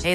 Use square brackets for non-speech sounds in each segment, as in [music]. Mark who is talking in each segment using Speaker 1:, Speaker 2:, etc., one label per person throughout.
Speaker 1: Hey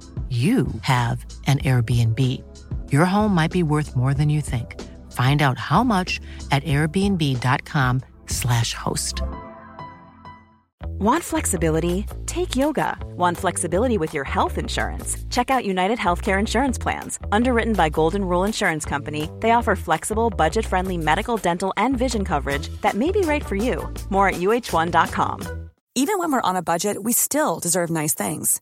Speaker 1: you have an Airbnb. Your home might be worth more than you think. Find out how much at airbnb.com/slash host.
Speaker 2: Want flexibility? Take yoga. Want flexibility with your health insurance? Check out United Healthcare Insurance Plans. Underwritten by Golden Rule Insurance Company, they offer flexible, budget friendly medical, dental, and vision coverage that may be right for you. More at uh1.com.
Speaker 3: Even when we're on a budget, we still deserve nice things.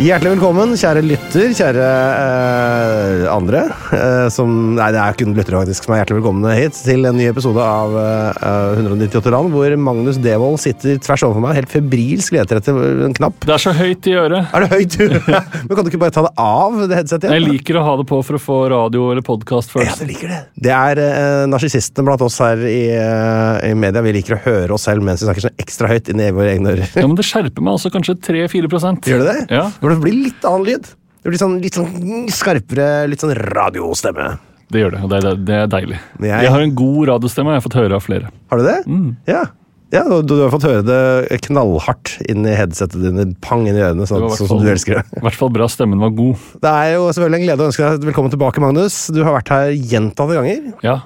Speaker 4: Hjertelig velkommen, kjære lytter, kjære eh, andre. eh, som, nei, det er kun lyttere faktisk som er hjertelig velkomne hit til en ny episode av eh, 198 land, hvor Magnus Devold sitter tvers overfor meg, helt febrilsk leter etter en knapp.
Speaker 5: Det er så høyt i øret.
Speaker 4: Er det høyt? [laughs] Men kan du ikke bare ta det av, det headsetet?
Speaker 5: Jeg liker å ha det på for å få radio eller podkast
Speaker 4: Ja,
Speaker 5: først.
Speaker 4: du liker det. Det er eh, narsissistene blant oss her i, eh, i media. Vi liker å høre oss selv mens vi snakker sånn ekstra høyt inn i våre egne ører. [laughs]
Speaker 5: Ja, men Det skjerper meg altså kanskje 3-4 prosent.
Speaker 4: Gjør det det?
Speaker 5: Ja.
Speaker 4: For det blir litt annen lyd. Det blir sånn, litt sånn skarpere, litt sånn radiostemme.
Speaker 5: Det gjør det, og det er, det er deilig.
Speaker 4: Men jeg-
Speaker 5: Jeg har en god radiostemme, jeg har fått høre av flere.
Speaker 4: Har du det?
Speaker 5: Mm.
Speaker 4: Ja. ja du, du har fått høre det knallhardt inn i headsetet dine, pang inn i ørene,
Speaker 5: Det
Speaker 4: sånn,
Speaker 5: var i hvert
Speaker 4: sånn som
Speaker 5: fall-
Speaker 4: du elsker det.
Speaker 5: I hvert fall bra stemmen var god.
Speaker 4: Det er jo selvfølgelig en glede å ønske deg velkommen tilbake, Magnus. Du har vært her gjentatte ganger.
Speaker 5: Ja,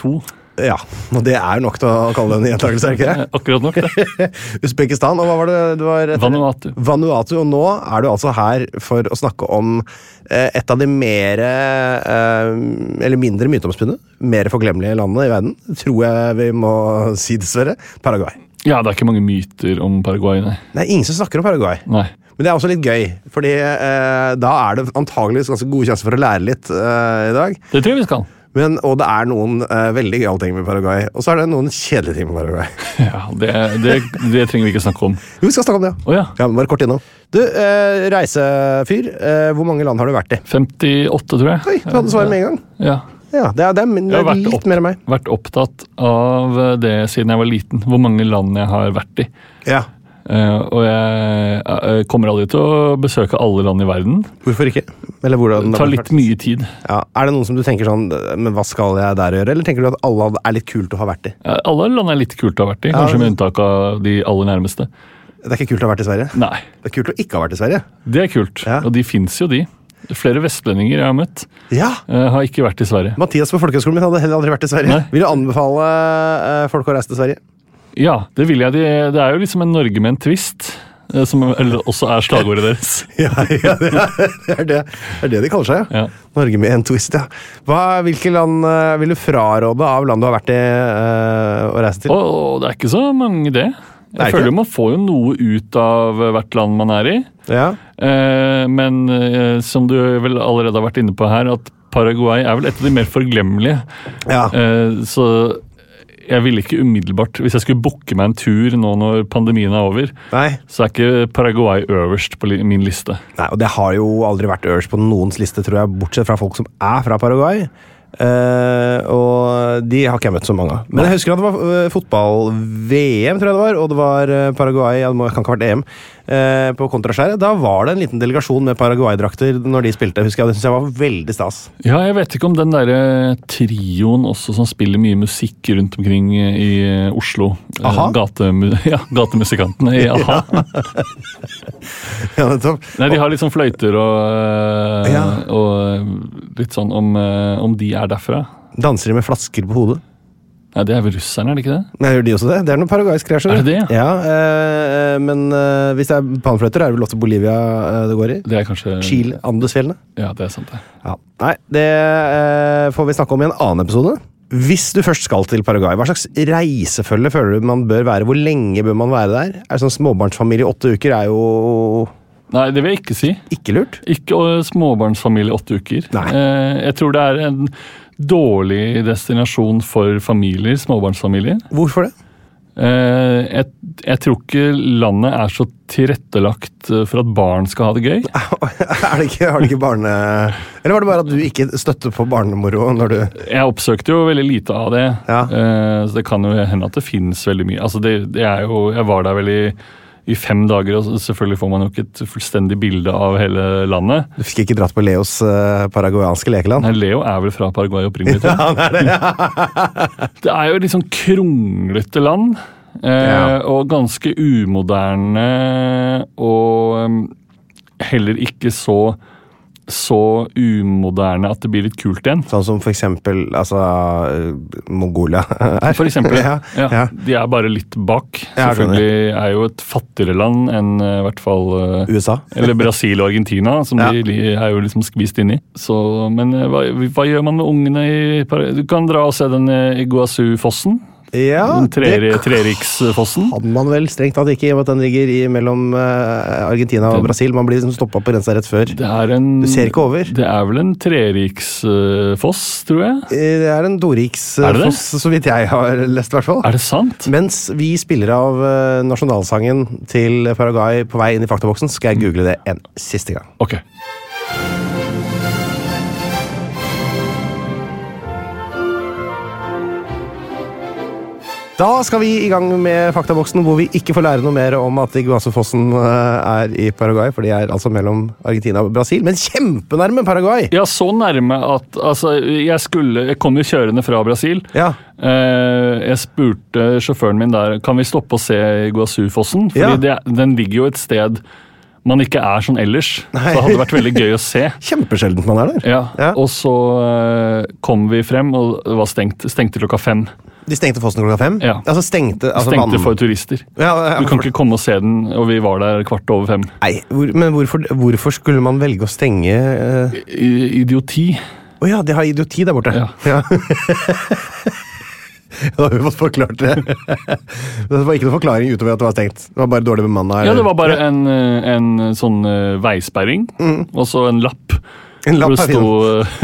Speaker 5: to.
Speaker 4: Ja, og det er jo nok til å kalle det en gjentakelse, er det
Speaker 5: Eh,
Speaker 4: ikke
Speaker 5: Akkurat nok, det. [laughs]
Speaker 4: det? Usbekistan, og hva var det du var etter?
Speaker 5: Vanuatu.
Speaker 4: Vanuatu, og nå er du altså her for å snakke om eh, et av de mere eh, Eller mindre myteomspunne, mer forglemmelige landene i verden, tror jeg vi må si, dessverre. Paraguay.
Speaker 5: Ja, det er ikke mange myter om Paraguay, nei.
Speaker 4: Det er ingen som snakker om Paraguay.
Speaker 5: nei.
Speaker 4: Men det er også litt gøy, fordi eh, da er det antageligvis ganske gode sjanser for å lære litt eh, i dag.
Speaker 5: Det tror jeg vi skal.
Speaker 4: Men, og det er noen eh, veldig gøyale ting med Paraguay, og så er det noen kjedelige ting med Paraguay. [laughs]
Speaker 5: Ja, Det, det, det trenger vi ikke snakke om.
Speaker 4: Jo, vi skal snakke om det, ja.
Speaker 5: Å ja.
Speaker 4: Ja, men Bare kort innom. Du, eh, reisefyr, eh, hvor mange land har du vært i?
Speaker 5: 58, tror jeg.
Speaker 4: Oi, du hadde svaret med en gang.
Speaker 5: Ja.
Speaker 4: Ja, Det er, det er, det
Speaker 5: Jeg
Speaker 4: er
Speaker 5: har vært,
Speaker 4: litt
Speaker 5: opp,
Speaker 4: mer enn meg.
Speaker 5: vært opptatt av det siden jeg var liten, hvor mange land jeg har vært i.
Speaker 4: Ja,
Speaker 5: Eh, og jeg eh, kommer aldri til å besøke alle land i verden.
Speaker 4: Hvorfor ikke? Eller hvordan
Speaker 5: Det tar litt mye tid.
Speaker 4: Ja, Er det noen som du tenker sånn Men hva skal jeg der gjøre? Eller tenker du at alle land er litt kult å ha vært i?
Speaker 5: Eh, alle land er litt kult å ha vært i,
Speaker 4: Ja.
Speaker 5: kanskje med unntak av de aller nærmeste.
Speaker 4: Det er ikke kult å ha vært i Sverige.
Speaker 5: Nei,
Speaker 4: Det er kult å ikke ha vært i Sverige.
Speaker 5: det er kult.
Speaker 4: Ja.
Speaker 5: Og de fins jo, de. Flere vestlendinger jeg har møtt,
Speaker 4: Ja!
Speaker 5: eh, har ikke vært i Sverige.
Speaker 4: Mathias på folkehøgskolen min hadde heller aldri vært i Sverige.
Speaker 5: Nei.
Speaker 4: Vil du anbefale eh, folk å reise til Sverige?
Speaker 5: Ja, det vil jeg. De, det er jo liksom en Norge med en twist, eh, som eller, også er slagordet deres.
Speaker 4: [laughs] [laughs] Ja, ja det, er, det, er det, det er det de kaller seg, ja.
Speaker 5: Ja.
Speaker 4: Norge med en twist, ja. Hva, hvilke land eh, vil du fraråde av land du har vært i eh, å reise til?
Speaker 5: Og, og det er ikke så mange, det.
Speaker 4: Det er
Speaker 5: Jeg føler
Speaker 4: ikke.
Speaker 5: jo man får jo noe ut av eh, hvert land man er i.
Speaker 4: Ja.
Speaker 5: Eh, men eh, som du vel allerede har vært inne på her, at Paraguay er vel et av de mer forglemmelige.
Speaker 4: ja.
Speaker 5: Eh, så jeg ville ikke umiddelbart Hvis jeg skulle booke meg en tur nå når pandemien er over,
Speaker 4: Nei.
Speaker 5: så er ikke Paraguay øverst på li min liste.
Speaker 4: Nei, og det har jo aldri vært øverst på noens liste, tror jeg, bortsett fra folk som er fra Paraguay. Eh, og de har ikke jeg møtt så mange av. Men jeg husker at det var eh, fotball-VM, tror jeg det var, og det var eh, Paraguay ja, det må- kan ikke ha vært EM, eh, på kontraskjæret. Da var det en liten delegasjon med Paraguay-drakter når de spilte. husker jeg, Det syns jeg var veldig stas.
Speaker 5: [laughs] Ja, jeg vet ikke om den derre trioen også som spiller mye musikk rundt omkring i Oslo. eh,
Speaker 4: Aha.
Speaker 5: Gatemu [laughs] ja, gatemusikantene i a-ha.
Speaker 4: Ja, nettopp.
Speaker 5: Nei, de har litt sånn fløyter og, eh,
Speaker 4: Ja.
Speaker 5: og litt sånn om, eh, om de er derfra.
Speaker 4: Danser de med flasker på hodet?
Speaker 5: Nei, det er vel russerne, er det ikke det?
Speaker 4: Nei, gjør de også det? Det er noe paraguaysk greier. skjønner
Speaker 5: Er det
Speaker 4: du.
Speaker 5: det,
Speaker 4: Ja, eh, men eh, hvis det er panfløyter, er det vel også Bolivia eh, det går i?
Speaker 5: Det er kanskje
Speaker 4: Chile, Andesfjellene?
Speaker 5: Ja, det er sant, det.
Speaker 4: Ja. Nei, det eh, får vi snakke om i en annen episode. Hvis du først skal til Paraguay, hva slags reisefølge føler du man bør være? Hvor lenge bør man være der? Er det sånn Småbarnsfamilie i åtte uker er jo
Speaker 5: Nei, det vil jeg ikke si.
Speaker 4: ikke lurt.
Speaker 5: Ikke eh, småbarnsfamilie i åtte uker.
Speaker 4: Nei.
Speaker 5: Eh, Jeg tror det er en dårlig destinasjon for familier, småbarnsfamilier.
Speaker 4: Hvorfor det?
Speaker 5: Eh, Jeg, jeg tror ikke landet er så tilrettelagt eh, for at barn skal ha det gøy.
Speaker 4: [laughs] er det ikke, har det ikke barne... Eller var det bare at du ikke støtter på barnemoro når du
Speaker 5: Jeg oppsøkte jo veldig lite av det,
Speaker 4: Ja.
Speaker 5: Eh, så det kan jo hende at det finnes veldig mye. Altså det, det er jo, jeg var der vel i, i fem dager, og selvfølgelig får man jo ikke et fullstendig bilde av hele landet.
Speaker 4: Du fikk ikke dratt på Leos eh, paraguayanske lekeland?
Speaker 5: Nei, Leo er vel fra Paraguay opprinnelig. tror jeg.
Speaker 4: Han er det, [laughs] ja.
Speaker 5: Det er jo et litt sånn kronglete land, eh,
Speaker 4: Ja.
Speaker 5: og ganske umoderne, og em, heller ikke så så umoderne at det blir litt kult igjen.
Speaker 4: Sånn som for eksempel altså, eh, [laughs] Mongolia er.
Speaker 5: For eksempel.
Speaker 4: Ja,
Speaker 5: ja.
Speaker 4: ja.
Speaker 5: De er bare litt bak.
Speaker 4: Ja, jeg skjønner.
Speaker 5: Selvfølgelig er jo et fattigere land enn eh, i hvert fall eh,
Speaker 4: USA.
Speaker 5: Eller Brasil og Argentina, som
Speaker 4: Ja.
Speaker 5: de li- er jo liksom skvist inn i. Så, men eh, hva, hva gjør man med ungene i Par- Du kan dra og se den eh, Iguazu-fossen.
Speaker 4: Ja,
Speaker 5: den
Speaker 4: Ah, det Ah,
Speaker 5: treri- Treriksfossen.
Speaker 4: kan man vel strengt tatt ikke, i og med at den ligger i mellom eh, Argentina og Brasil. Man blir liksom stoppa på grensa rett før.
Speaker 5: Det er en
Speaker 4: Du ser ikke over.
Speaker 5: Det er vel en treriksfoss, tror jeg.
Speaker 4: Eh, Det er en
Speaker 5: Er det det?
Speaker 4: Doriksfoss, så vidt jeg har lest, i hvert fall.
Speaker 5: Er det sant?
Speaker 4: Mens vi spiller av eh, nasjonalsangen til Paraguay på vei inn i faktaboksen, skal jeg google det en siste gang.
Speaker 5: Ok.
Speaker 4: Da skal vi i gang med faktaboksen, hvor vi ikke får lære noe mer om at Iguazufossen eh, er i Paraguay, for de er altså mellom Argentina og Brasil, men kjempenærme Paraguay!
Speaker 5: Ja, så nærme at Altså, jeg skulle Jeg kom jo kjørende fra Brasil.
Speaker 4: Ja.
Speaker 5: Eh, jeg spurte sjåføren min der Kan vi stoppe og se Iguazufossen. Fordi
Speaker 4: Ja.
Speaker 5: det, den ligger jo et sted man ikke er sånn ellers. Så det hadde vært veldig gøy å
Speaker 4: [laughs]
Speaker 5: se.
Speaker 4: Kjempesjeldent man er der.
Speaker 5: Ja,
Speaker 4: Ja.
Speaker 5: Og så eh, kom vi frem, og det var stengt. Stengte klokka fem.
Speaker 4: De stengte fossen klokka fem?
Speaker 5: Ja.
Speaker 4: Altså stengte, altså
Speaker 5: Stengte
Speaker 4: vann-
Speaker 5: for turister.
Speaker 4: ja, ja,
Speaker 5: Du kan ikke komme og se den, og vi var der kvart over fem.
Speaker 4: Nei, hvor, men hvorfor, hvorfor skulle man velge å stenge eh,
Speaker 5: I- Idioti.
Speaker 4: Å ja, de har idioti der borte.
Speaker 5: Ja.
Speaker 4: [laughs] da har vi fått forklart det. [laughs] det var ikke noen forklaring utover at det var stengt. Det var bare dårlig bemanna.
Speaker 5: Ja, det var bare en, eh, en sånn eh, veisperring, og så en lapp.
Speaker 4: Mm. En lapp
Speaker 5: hvor det
Speaker 4: er fin.
Speaker 5: sto,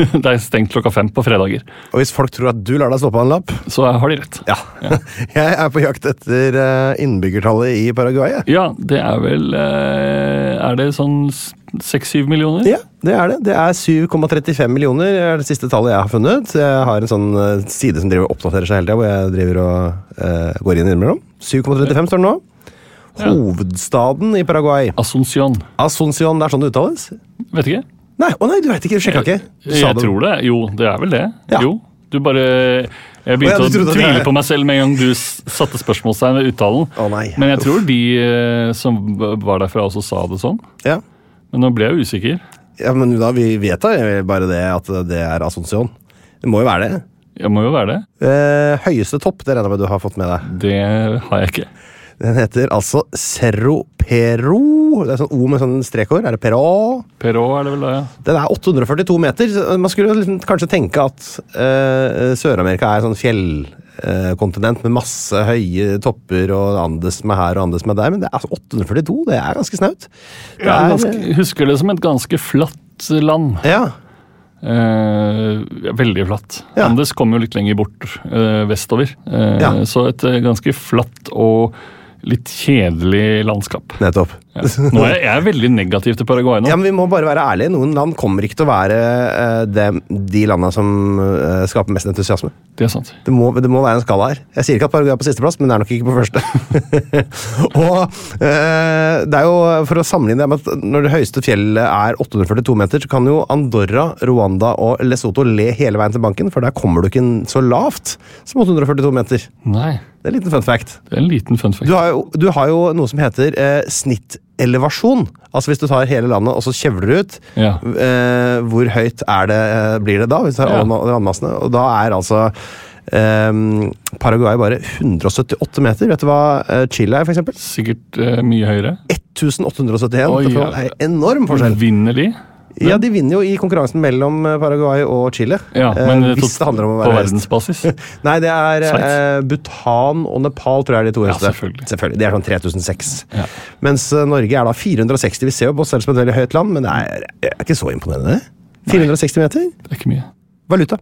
Speaker 5: eh, [laughs] Det er stengt klokka fem på fredager.
Speaker 4: Og hvis folk tror at du lar deg stå på en lapp
Speaker 5: Så har de rett.
Speaker 4: ja. [laughs] Jeg er på jakt etter eh, innbyggertallet i Paraguay. jeg.
Speaker 5: Ja, det er vel eh, Er det sånn seks-syv millioner?
Speaker 4: Ja, det er det. Det er 7,35 millioner, er det siste tallet jeg har funnet. Jeg har en sånn eh, side som driver og oppdaterer seg hele tida, hvor jeg driver og eh, går inn innimellom. 7,35 står det nå.
Speaker 5: Ja.
Speaker 4: Hovedstaden i Paraguay.
Speaker 5: Asuncion.
Speaker 4: Asuncion,
Speaker 5: Assuncion.
Speaker 4: det er sånn det uttales?
Speaker 5: Vet ikke.
Speaker 4: Nei, å nei, du veit ikke. Du sjekka ikke. Du sa
Speaker 5: Jeg
Speaker 4: det.
Speaker 5: tror det. Jo, det er vel det.
Speaker 4: Ja.
Speaker 5: Jo. Du bare Jeg
Speaker 4: Å, ja,
Speaker 5: begynte
Speaker 4: du trodde
Speaker 5: å
Speaker 4: det-
Speaker 5: tvile på meg selv med en gang du s- satte spørsmålstegn ved uttalen.
Speaker 4: Å, nei.
Speaker 5: Men jeg tror de eh, som var derfra, også sa det sånn.
Speaker 4: Ja.
Speaker 5: Men nå ble jeg usikker.
Speaker 4: ja, men da, vi vet da eh, bare det at det er Asuncion. Det må jo være det.
Speaker 5: Jeg må jo være det.
Speaker 4: Eh, høyeste topp, det regner jeg med du har fått med deg.
Speaker 5: Det har jeg ikke.
Speaker 4: Den heter altså Cerro Peru. Det er sånn O med sånn strekår. Er det Peró?
Speaker 5: Perot er det vel da, ja.
Speaker 4: Den er 842 meter. så Man skulle liksom kanskje tenke at eh, Sør-Amerika er sånn fjellkontinent med masse høye topper og Andes med her og Andes med der, men det er altså 842. Det er ganske snaut. Det
Speaker 5: Jeg
Speaker 4: er-
Speaker 5: ganske, husker det som et ganske flatt land.
Speaker 4: Ja.
Speaker 5: Eh, veldig flatt.
Speaker 4: Ja.
Speaker 5: Andes kom jo litt lenger bort eh, vestover. Eh,
Speaker 4: Ja.
Speaker 5: Så et eh, ganske flatt og litt kjedelig landskap.
Speaker 4: Nettopp.
Speaker 5: Ja. Nå
Speaker 4: [laughs]
Speaker 5: er jeg, jeg er veldig negativ til Paraguay nå.
Speaker 4: Ja, men Vi må bare være ærlige. Noen land kommer ikke til å være eh, dem- de landene som eh, skaper mest entusiasme.
Speaker 5: Det er sant.
Speaker 4: Det må, det må være en skala her. Jeg sier ikke at Paraguay er på sisteplass, men det er nok ikke på første. [laughs] og eh, det er jo For å sammenligne det med at når det høyeste fjellet er 842 meter, så kan jo Andorra, Rwanda og Lesotho le hele veien til banken, for der kommer du ikke så lavt som 842 meter.
Speaker 5: Nei,
Speaker 4: Det er en liten fun fact.
Speaker 5: det er en liten fun fact.
Speaker 4: Du har jo, du har jo noe som heter eh, snittelevasjon. Altså hvis du tar hele landet og så kjevler du ut,
Speaker 5: Ja.
Speaker 4: eh, hvor høyt er det, eh, blir det da? Hvis du tar
Speaker 5: Ja.
Speaker 4: alle ma- landmassene, og da er altså eh, Paraguay bare 178 meter. Vet du hva eh, Chile er, for eksempel?
Speaker 5: Sikkert eh, mye høyere.
Speaker 4: 1871.
Speaker 5: Oi,
Speaker 4: det
Speaker 5: ja.
Speaker 4: er enorm forskjell.
Speaker 5: Vinnerlig.
Speaker 4: Ja, De vinner jo i konkurransen mellom eh, Paraguay og Chile.
Speaker 5: Ja,
Speaker 4: Eh,
Speaker 5: men
Speaker 4: hvis det handler om å
Speaker 5: på
Speaker 4: være høyest. [laughs]
Speaker 5: verdensbasis.
Speaker 4: Nei, det er
Speaker 5: Sveits?
Speaker 4: eh, Bhutan og Nepal, tror jeg er de to
Speaker 5: Ja,
Speaker 4: høyeste.
Speaker 5: selvfølgelig.
Speaker 4: De er sånn 3006.
Speaker 5: Ja.
Speaker 4: Mens eh, Norge er da 460. Vi ser jo på oss selv som et veldig høyt land, men det er, det er ikke så imponerende. 460 meter.
Speaker 5: Det er ikke mye.
Speaker 4: Valuta.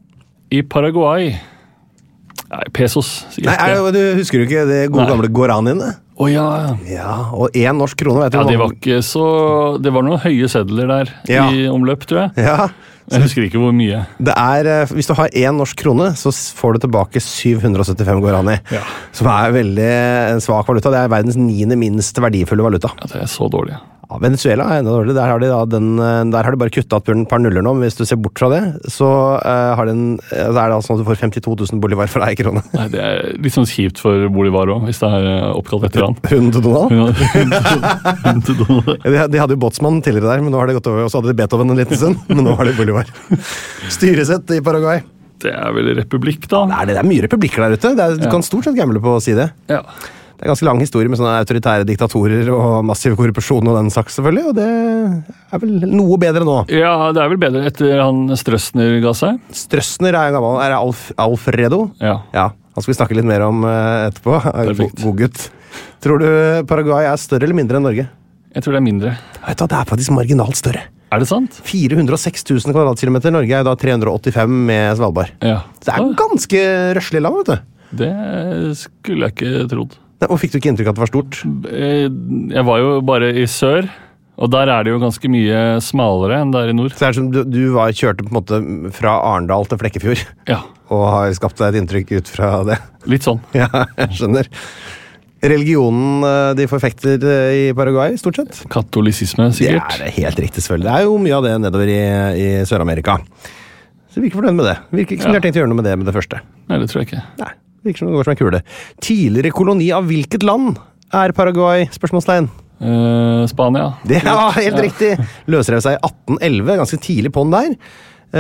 Speaker 5: I Paraguay Nei, pesos, sikkert.
Speaker 4: Nei, er, det- du Husker du ikke de gode
Speaker 5: Nei.
Speaker 4: gamle guaraniene?
Speaker 5: Å ja.
Speaker 4: Ja, og én norsk krone, vet du.
Speaker 5: ja,
Speaker 4: hvor
Speaker 5: det var
Speaker 4: mange-
Speaker 5: ikke så Det var noen høye sedler der
Speaker 4: Ja.
Speaker 5: i omløp, tror jeg.
Speaker 4: ja,
Speaker 5: Jeg husker ikke hvor mye.
Speaker 4: det er, eh, Hvis du har én norsk krone, så s- får du tilbake 775 guarani.
Speaker 5: Ja.
Speaker 4: Som er veldig en svak valuta. Det er verdens niende minst verdifulle valuta.
Speaker 5: Ja, det er så dårlig.
Speaker 4: Ja, Venezuela er enda dårligere. Der har de, da den, eh, der har de bare kutta et par nuller nå, men hvis du ser bort fra det, så eh, har den, eh, da er det altså sånn at du får 52 000 bolivar for ei krone.
Speaker 5: Nei, Det er litt sånn kjipt for Bolivar òg, hvis det er eh, oppkalt etter han.
Speaker 4: Hun til Donald?
Speaker 5: Hun hadde- hun til Donald.
Speaker 4: De de hadde jo Botsmann tidligere der, men nå har det gått over. Og så hadde de Beethoven en liten stund, men nå har de Bolivar. Styresett i Paraguay.
Speaker 5: [laughs] Det er vel republikk, da.
Speaker 4: Nei, det er mye republikker der ute. Det er, du
Speaker 5: Ja.
Speaker 4: kan stort sett gamble på å si det.
Speaker 5: Ja.
Speaker 4: Det er ganske lang historie med sånne autoritære diktatorer og massiv korrupsjon og den saks, selvfølgelig. Og det er vel noe bedre nå.
Speaker 5: ja, det er vel bedre etter han Strøsner ga seg.
Speaker 4: Strøsner er en gammel Er det Alf, Alfredo?
Speaker 5: Ja.
Speaker 4: Ja, han skal vi snakke litt mer om eh, etterpå. [laughs] Han er en
Speaker 5: Perfekt.
Speaker 4: go- God gutt. Tror du Paraguay er større eller mindre enn Norge?
Speaker 5: Jeg tror det er mindre.
Speaker 4: Vet du hva, Det er faktisk marginalt større.
Speaker 5: Er det sant?
Speaker 4: 406 000 kvadratkilometer. Norge er jo da 385 med Svalbard.
Speaker 5: Ja.
Speaker 4: Så det er
Speaker 5: Ah,
Speaker 4: ganske røslig land, vet du.
Speaker 5: det skulle jeg ikke trodd.
Speaker 4: Nei, Og fikk du ikke inntrykk av at det var stort?
Speaker 5: Eh, Jeg var jo bare i sør, og der er det jo ganske mye smalere enn det er i nord.
Speaker 4: Så er det som du, du var, kjørte på en måte fra Arendal til Flekkefjord [laughs]
Speaker 5: Ja,
Speaker 4: og har skapt deg et inntrykk ut fra det. [laughs]
Speaker 5: litt sånn.
Speaker 4: Ja, jeg skjønner. Religionen eh, de forfekter eh, i Paraguay, stort sett?
Speaker 5: Katolisisme,
Speaker 4: Det er
Speaker 5: sikkert.
Speaker 4: det helt riktig, selvfølgelig. Det er jo mye av det nedover i, i Sør-Amerika. Så vi er ikke fornøyd med det. Virker ikke som de
Speaker 5: Ja.
Speaker 4: har tenkt å gjøre noe med det med det første.
Speaker 5: Nei, det tror jeg ikke.
Speaker 4: Nei, Virker som det går som en kule. Tidligere koloni av hvilket land er Paraguay? Spørsmålstegn.
Speaker 5: Eh, Spania.
Speaker 4: Det ja, helt riktig! Løsrev seg i 1811, ganske tidlig på'n der.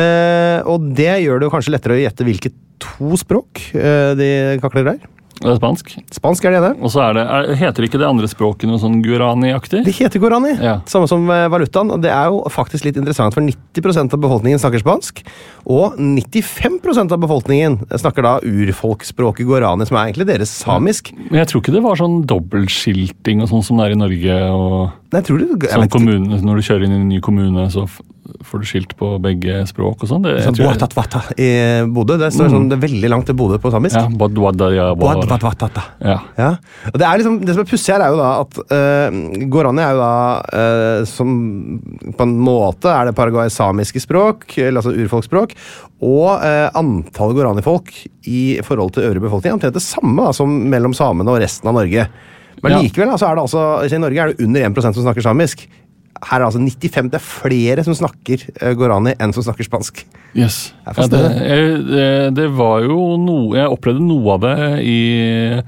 Speaker 4: Eh, og det gjør det jo kanskje lettere å gjette hvilke to språk eh, de kakler der.
Speaker 5: Det er spansk.
Speaker 4: Spansk er det ene.
Speaker 5: Og så er det, er, heter ikke det andre språket noe sånn guarani-aktig?
Speaker 4: Det heter guarani,
Speaker 5: Ja.
Speaker 4: samme som eh, valutaen. og Det er jo faktisk litt interessant, for 90 av befolkningen snakker spansk. Og 95 av befolkningen snakker da urfolksspråket guarani, som er egentlig deres samisk.
Speaker 5: Men jeg tror ikke det var sånn dobbeltskilting og sånn som det er i Norge. og
Speaker 4: Nei, tror du, jeg
Speaker 5: sånn
Speaker 4: vet ikke.
Speaker 5: kommune, Når du kjører inn i en ny kommune, så f får du skilt på begge språk og sånn. Det, jeg
Speaker 4: Sånn
Speaker 5: tror jeg- Mm.
Speaker 4: Boatatvata i Bodø. Det står sånn, det er veldig langt til Bodø på samisk.
Speaker 5: Ja, badwadaja, badwar.
Speaker 4: Boatvatvatata.
Speaker 5: ja.
Speaker 4: Ja. Og det, er liksom, det som er pussig her, er jo da at uh, guarani er jo da eh, som På en måte er det paraguay-samiske språk, eller altså urfolksspråk, og eh, antallet guarani-folk i forhold til øvrig befolkning er omtrent det samme da, som mellom samene og resten av Norge. Men
Speaker 5: Ja.
Speaker 4: likevel altså, er det altså, i Norge er det under 1 som snakker samisk. Her er det altså 95 Det er flere som snakker eh, guarani enn som snakker spansk.
Speaker 5: Yes.
Speaker 4: Jeg
Speaker 5: Ja,
Speaker 4: forstår
Speaker 5: det, jeg- det, det var jo noe Jeg opplevde noe av det i,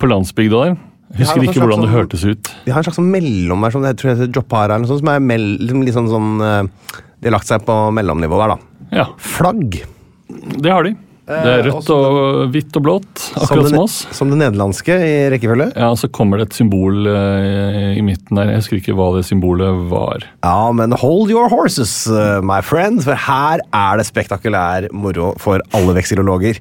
Speaker 5: på landsbygda der.
Speaker 4: Ja, det
Speaker 5: Husker
Speaker 4: var
Speaker 5: ikke
Speaker 4: en slags
Speaker 5: hvordan det
Speaker 4: sånn-
Speaker 5: hørtes ut.
Speaker 4: De har en slags mellom her, som det tror jeg heter Jopara, eller noe sånt, som er mell, liksom, litt sånn sånn eh, De har lagt seg på mellomnivå der, da.
Speaker 5: Ja,
Speaker 4: Flagg.
Speaker 5: Det har de. Det er
Speaker 4: Eh,
Speaker 5: rødt
Speaker 4: også-
Speaker 5: og hvitt og blått,
Speaker 4: Som
Speaker 5: akkurat
Speaker 4: det,
Speaker 5: som oss.
Speaker 4: Som det nederlandske i rekkefølge.
Speaker 5: Ja, og Så kommer det et symbol eh, i midten der. Jeg husker ikke hva det symbolet var.
Speaker 4: Ja, men hold your horses, eh, my friend, for her er det spektakulær moro for alle veksilologer.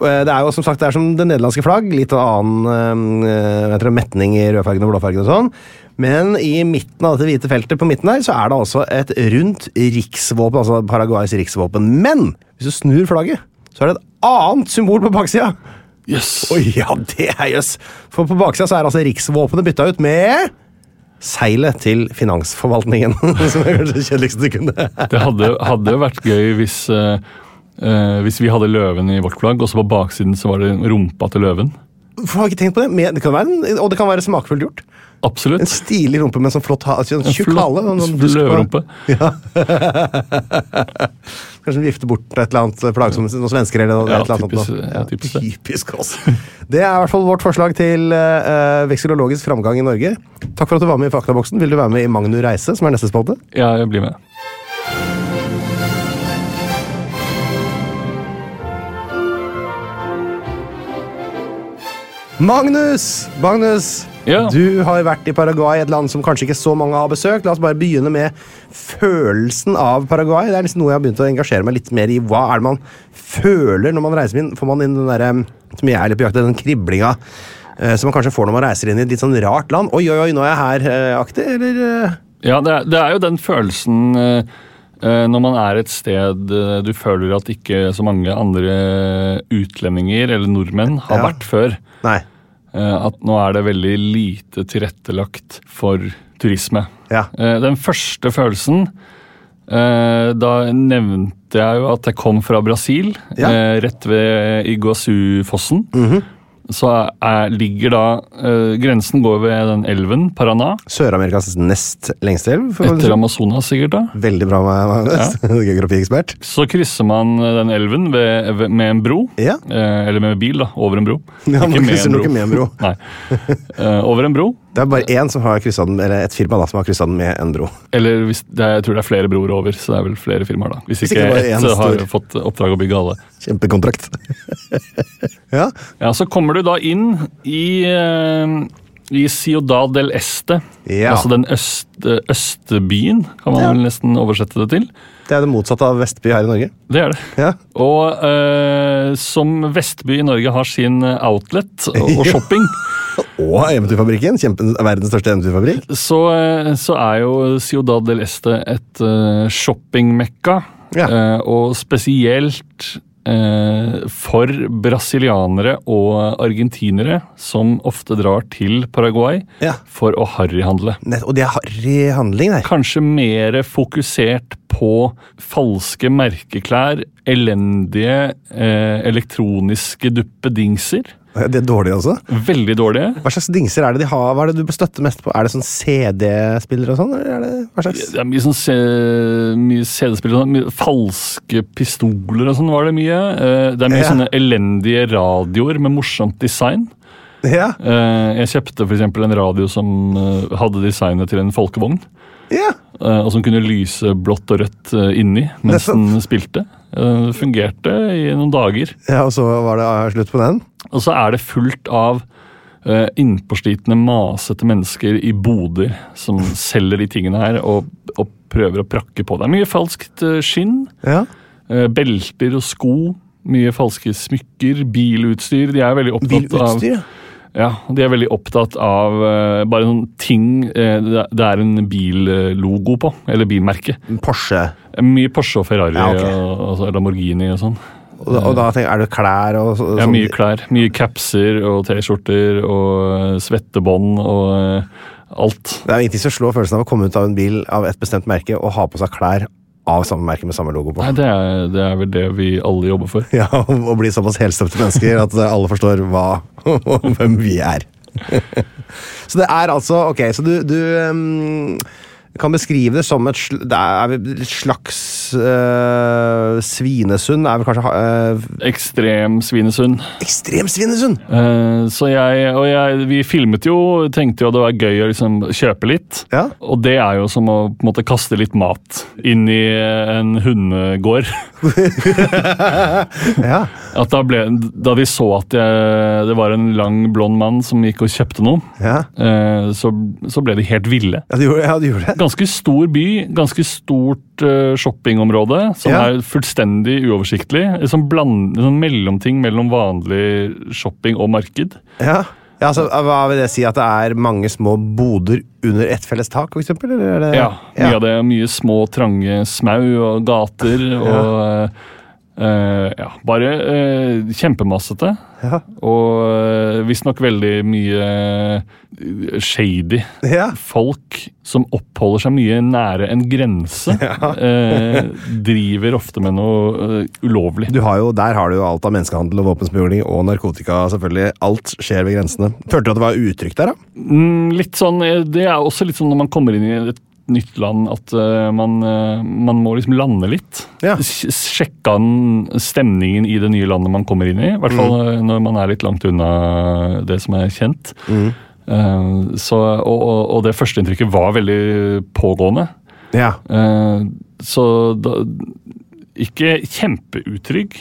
Speaker 4: Eh, Det er jo som sagt det er som det nederlandske flagg, litt annen eh, vet dere, metning i rødfargen og blåfargen og sånn. Men i midten av dette hvite feltet på midten her, så er det altså et rundt riksvåpen, altså Paraguays riksvåpen. Men hvis du snur flagget, så er det et annet symbol på baksida.
Speaker 5: Yes.
Speaker 4: Oi, ja, det er jøss! For på baksida så er altså riksvåpenet bytta ut med seilet til finansforvaltningen. [laughs] som er kanskje det kjedeligste du kunne.
Speaker 5: Det hadde, hadde vært gøy hvis, eh, eh, hvis vi hadde løven i vårt flagg, og så på baksiden så var det rumpa til løven.
Speaker 4: Hvorfor har jeg ikke tenkt på det? Men det kan være en, og det kan være smakfullt gjort. En
Speaker 5: Absolutt.
Speaker 4: stilig rumpe med en sånn flott ha, altså en
Speaker 5: En
Speaker 4: tjukk
Speaker 5: flott
Speaker 4: hale. og en sånn dusk på-
Speaker 5: løverumpe.
Speaker 4: Ja. Kanskje den vifter bort et eller annet plagsomt noen svensker eller noe.
Speaker 5: Ja,
Speaker 4: et eller annet
Speaker 5: typisk-
Speaker 4: sånt noe.
Speaker 5: ja, typisk det.
Speaker 4: typisk oss. Det er i hvert fall vårt forslag til uh, vekselologisk framgang i Norge. Takk for at du var med i Faktaboksen. Vil du være med i Magnu Reise, som er neste spalte?
Speaker 5: Ja, jeg blir med.
Speaker 4: Magnus! Magnus!
Speaker 5: Ja.
Speaker 4: Du har vært i Paraguay, et land som kanskje ikke så mange har besøkt. La oss bare begynne med følelsen av Paraguay. Det er liksom noe jeg har begynt å engasjere meg litt mer i. Hva er det man føler når man reiser inn? Får man inn den derre som jeg er litt på jakt etter, den kriblinga eh, som man kanskje får når man reiser inn i et litt sånn rart land? Oi, oi, oi, nå er jeg her-aktig, eller? eh?
Speaker 5: Ja, det er, det er jo den følelsen eh, eh, når man er et sted eh, du føler at ikke så mange andre utlendinger eller nordmenn har
Speaker 4: Ja.
Speaker 5: vært før.
Speaker 4: Nei.
Speaker 5: Eh, At nå er det veldig lite tilrettelagt for turisme.
Speaker 4: Ja.
Speaker 5: Eh, Den første følelsen eh, Da nevnte jeg jo at jeg kom fra Brasil,
Speaker 4: Ja. Mhm.
Speaker 5: eh, rett ved Iguazufossen. Så er, ligger da eh, Grensen går ved den elven, Paraná,
Speaker 4: Sør-Amerikas nest lengste elv. for å- sånn.
Speaker 5: etter Amazonas sikkert. da.
Speaker 4: Veldig bra, Magnus. [laughs] Geografiekspert.
Speaker 5: Så krysser man eh, den elven ved, ved, med en bro.
Speaker 4: Ja.
Speaker 5: Eh, eller med bil, da. Over en bro.
Speaker 4: [laughs] Ja, man krysser nok ikke med en bro.
Speaker 5: Nei. Eh, over en bro.
Speaker 4: Det er bare én som har krysset den, eller et firma da, som har kryssa den med en bro.
Speaker 5: Eller hvis det er, jeg tror det er flere broer over, så det er vel flere firmaer, da. Hvis
Speaker 4: ikke
Speaker 5: ikke
Speaker 4: bare
Speaker 5: ett
Speaker 4: en
Speaker 5: så har
Speaker 4: stor.
Speaker 5: fått oppdrag å bygge alle.
Speaker 4: [laughs] Kjempekontrakt. ja.
Speaker 5: Ja, Så kommer du da inn i, eh, i Ciudad del Este.
Speaker 4: Ja.
Speaker 5: Altså den øst, eh, østbyen, kan man
Speaker 4: Ja.
Speaker 5: vel nesten oversette det til.
Speaker 4: Det er det motsatte av Vestby her i Norge.
Speaker 5: Det er det.
Speaker 4: Ja.
Speaker 5: Og eh, som Vestby i Norge har sin outlet og,
Speaker 4: [laughs]
Speaker 5: og
Speaker 4: Ja.
Speaker 5: shopping,
Speaker 4: Og Eventyrfabrikken. Kjempe, verdens største eventyrfabrikk.
Speaker 5: så, eh, så er jo Ciudad del Este et eh, shoppingmekka.
Speaker 4: Ja.
Speaker 5: eh, og spesielt eh, for brasilianere og argentinere, som ofte drar til Paraguay
Speaker 4: Ja.
Speaker 5: for å harryhandle.
Speaker 4: Nett, og det er harry handling, der.
Speaker 5: Kanskje mer fokusert på falske merkeklær, elendige eh, elektroniske duppedingser.
Speaker 4: Det er dårlig også.
Speaker 5: Veldig dårlige.
Speaker 4: Hva slags dingser er det de har? Hva er det du støtter mest på? Er det sånn CD-spillere og sånn? eller er det hva slags?
Speaker 5: Det er mye sånn se- mye CD-spill og sånn. mye Falske pistoler og sånn var det mye. Eh, Det er mye
Speaker 4: Ja.
Speaker 5: sånne elendige radioer med morsomt design.
Speaker 4: Ja.
Speaker 5: Eh, Jeg kjøpte f.eks. en radio som eh, hadde designet til en folkevogn.
Speaker 4: ja.
Speaker 5: eh, Og som kunne lyse blått og rødt eh, inni mens
Speaker 4: Nettopp.
Speaker 5: den spilte. Eh, Det fungerte i noen dager.
Speaker 4: ja, og så var det ah, slutt på den?
Speaker 5: Og så er det fullt av eh, innpåslitne, masete mennesker i boder som selger de tingene her og, og prøver å prakke på. Det er mye falskt eh, skinn,
Speaker 4: Ja.
Speaker 5: eh, belter og sko. Mye falske smykker, bilutstyr. De er veldig opptatt av
Speaker 4: Bilutstyr, ja.
Speaker 5: ja, de er veldig opptatt av eh, bare sånne ting eh, det det er en billogo på, eller bilmerke.
Speaker 4: Porsche.
Speaker 5: Mye Porsche og Ferrari
Speaker 4: Ja, ok.
Speaker 5: og, og så Lamborghini og sånn.
Speaker 4: Og, da- og da tenker jeg, er det klær og så,
Speaker 5: Ja,
Speaker 4: sånn?
Speaker 5: mye klær. Mye capser og T-skjorter og eh, svettebånd og eh, alt.
Speaker 4: Det er jo ingenting som slår følelsen av å komme ut av en bil av et bestemt merke og ha på seg klær av samme merke med samme logo på.
Speaker 5: Nei, det er, det er vel det vi alle jobber for.
Speaker 4: Ja, og bli såpass helstøpte mennesker at alle forstår hva [laughs] og hvem vi er. [laughs] Så det er altså Ok, så du, du ehm, kan beskrive det som et, sl det er vel et slags eh, Svinesund er vel kanskje uh,
Speaker 5: Ekstrem Svinesund.
Speaker 4: Ekstrem Svinesund!
Speaker 5: Eh, så jeg og jeg Vi filmet jo, tenkte jo det var gøy å liksom kjøpe litt.
Speaker 4: Ja.
Speaker 5: Og det er jo som å på en måte kaste litt mat inn i en hundegård. [laughs]
Speaker 4: Ja.
Speaker 5: At da, ble, da vi så at jeg, det var en lang, blond mann som gikk og kjøpte noe,
Speaker 4: ja.
Speaker 5: eh, så, så ble de helt ville.
Speaker 4: ja, du gjorde, ja, du gjorde det.
Speaker 5: Ganske stor by, ganske stort eh, shoppingområde, som
Speaker 4: Ja.
Speaker 5: er fullstendig uoversiktlig. En Sånn, bland, en sånn mellomting mellom vanlig shopping og marked.
Speaker 4: Ja. ja, altså Hva vil det si? At det er mange små boder under ett felles tak, for eksempel? Eller er det,
Speaker 5: Ja, Mye av det, mye små, trange smau og gater. og... eh, Eh, ja, bare eh, kjempemassete.
Speaker 4: Ja.
Speaker 5: Og eh, visstnok veldig mye eh, shady
Speaker 4: Ja.
Speaker 5: folk som oppholder seg mye nære en grense. eh, driver ofte med noe eh, ulovlig.
Speaker 4: Du har jo, der har du jo alt av menneskehandel og våpensmugling og narkotika. selvfølgelig. Alt skjer ved grensene. Følte du at det var utrygt der, da?
Speaker 5: Mm, litt sånn, eh, det er også litt sånn når man kommer inn i et nytt land at eh, man, eh, man må liksom lande litt.
Speaker 4: Ja.
Speaker 5: S- Sjekke an stemningen i det nye landet man kommer inn i. I hvert fall
Speaker 4: Mm.
Speaker 5: eh, når man er litt langt unna det som er kjent.
Speaker 4: Mm.
Speaker 5: Eh, så, og, og, og det førsteinntrykket var veldig pågående.
Speaker 4: Ja.
Speaker 5: Eh, så da, ikke kjempeutrygg,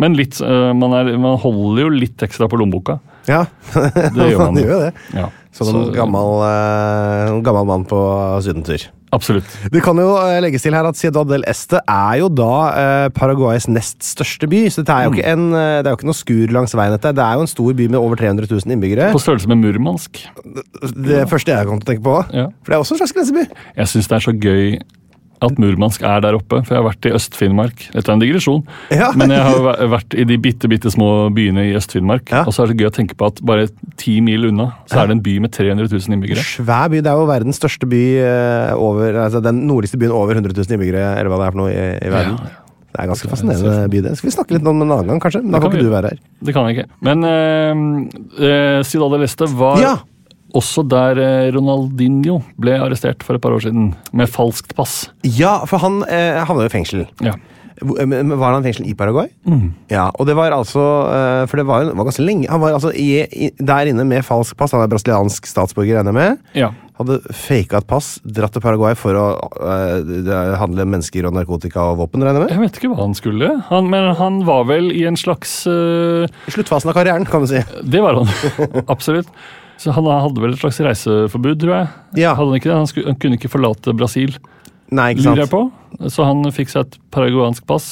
Speaker 5: men litt, eh, man, er, man holder jo litt ekstra på
Speaker 4: [laughs]
Speaker 5: lommeboka.
Speaker 4: ja. [laughs]
Speaker 5: Det gjør man.
Speaker 4: Det gjør jo det.
Speaker 5: Ja.
Speaker 4: Som Sånn en
Speaker 5: Så-
Speaker 4: gammel, eh, en gammel mann på sydentur.
Speaker 5: Absolutt.
Speaker 4: Det kan jo eh, legges til her at Ciudad del Este er jo da eh, Paraguays nest største by. Så dette er jo ikke en, eh, det er jo ikke noe skur langs veien. Dette. Det er jo en stor by med over 300 000 innbyggere.
Speaker 5: På størrelse med Murmansk.
Speaker 4: Det første jeg kom til å tenke på.
Speaker 5: Ja.
Speaker 4: For det er også en slags grenseby.
Speaker 5: Jeg syns det er så gøy at Murmansk er der oppe, for jeg har vært i Øst-Finnmark. Dette er en digresjon,
Speaker 4: Ja.
Speaker 5: men jeg har væ- vært i de bitte, bitte små byene i Øst-Finnmark.
Speaker 4: Ja.
Speaker 5: Og så er det gøy å tenke på at bare ti mil unna så er det en by med 300 000 innbyggere.
Speaker 4: eh, Svær by. Det er jo verdens største by eh, over Altså den nordligste byen over 100 000 innbyggere, eller hva det er for noe i, i verden. Det er en ganske fascinerende bydel. Skal vi snakke litt om en annen gang, kanskje? Men da kan
Speaker 5: Det kan
Speaker 4: ikke
Speaker 5: vi
Speaker 4: du være her.
Speaker 5: Det kan jeg ikke. Men eh, eh, Ciudad del Este var
Speaker 4: Ja.
Speaker 5: også der eh, Ronaldinho ble arrestert for et par år siden med falskt pass.
Speaker 4: Ja, for han eh, havna jo i fengsel.
Speaker 5: Ja.
Speaker 4: Hvor- eh, men Var han i fengsel i Paraguay?
Speaker 5: Mm.
Speaker 4: Ja, og det var altså eh, For det var, jo- det var ganske lenge. Han var altså i, i, der inne med falsk pass. Han er brasiliansk statsborger, regner jeg med.
Speaker 5: ja.
Speaker 4: Hadde faka et pass, dratt til Paraguay for å eh, d- handle mennesker og narkotika og våpen, regner jeg med.
Speaker 5: Jeg vet ikke hva han skulle, han, men han var vel i en slags eh,
Speaker 4: Sluttfasen av karrieren, kan du si.
Speaker 5: Det var han. [laughs] Absolutt. Så Han hadde vel et slags reiseforbud, tror jeg.
Speaker 4: Ja.
Speaker 5: Hadde Han ikke det? Han, skulle, han kunne ikke forlate Brasil,
Speaker 4: Nei, ikke sant? Mm.
Speaker 5: lurer jeg på. Så han fikk seg et paraguansk pass,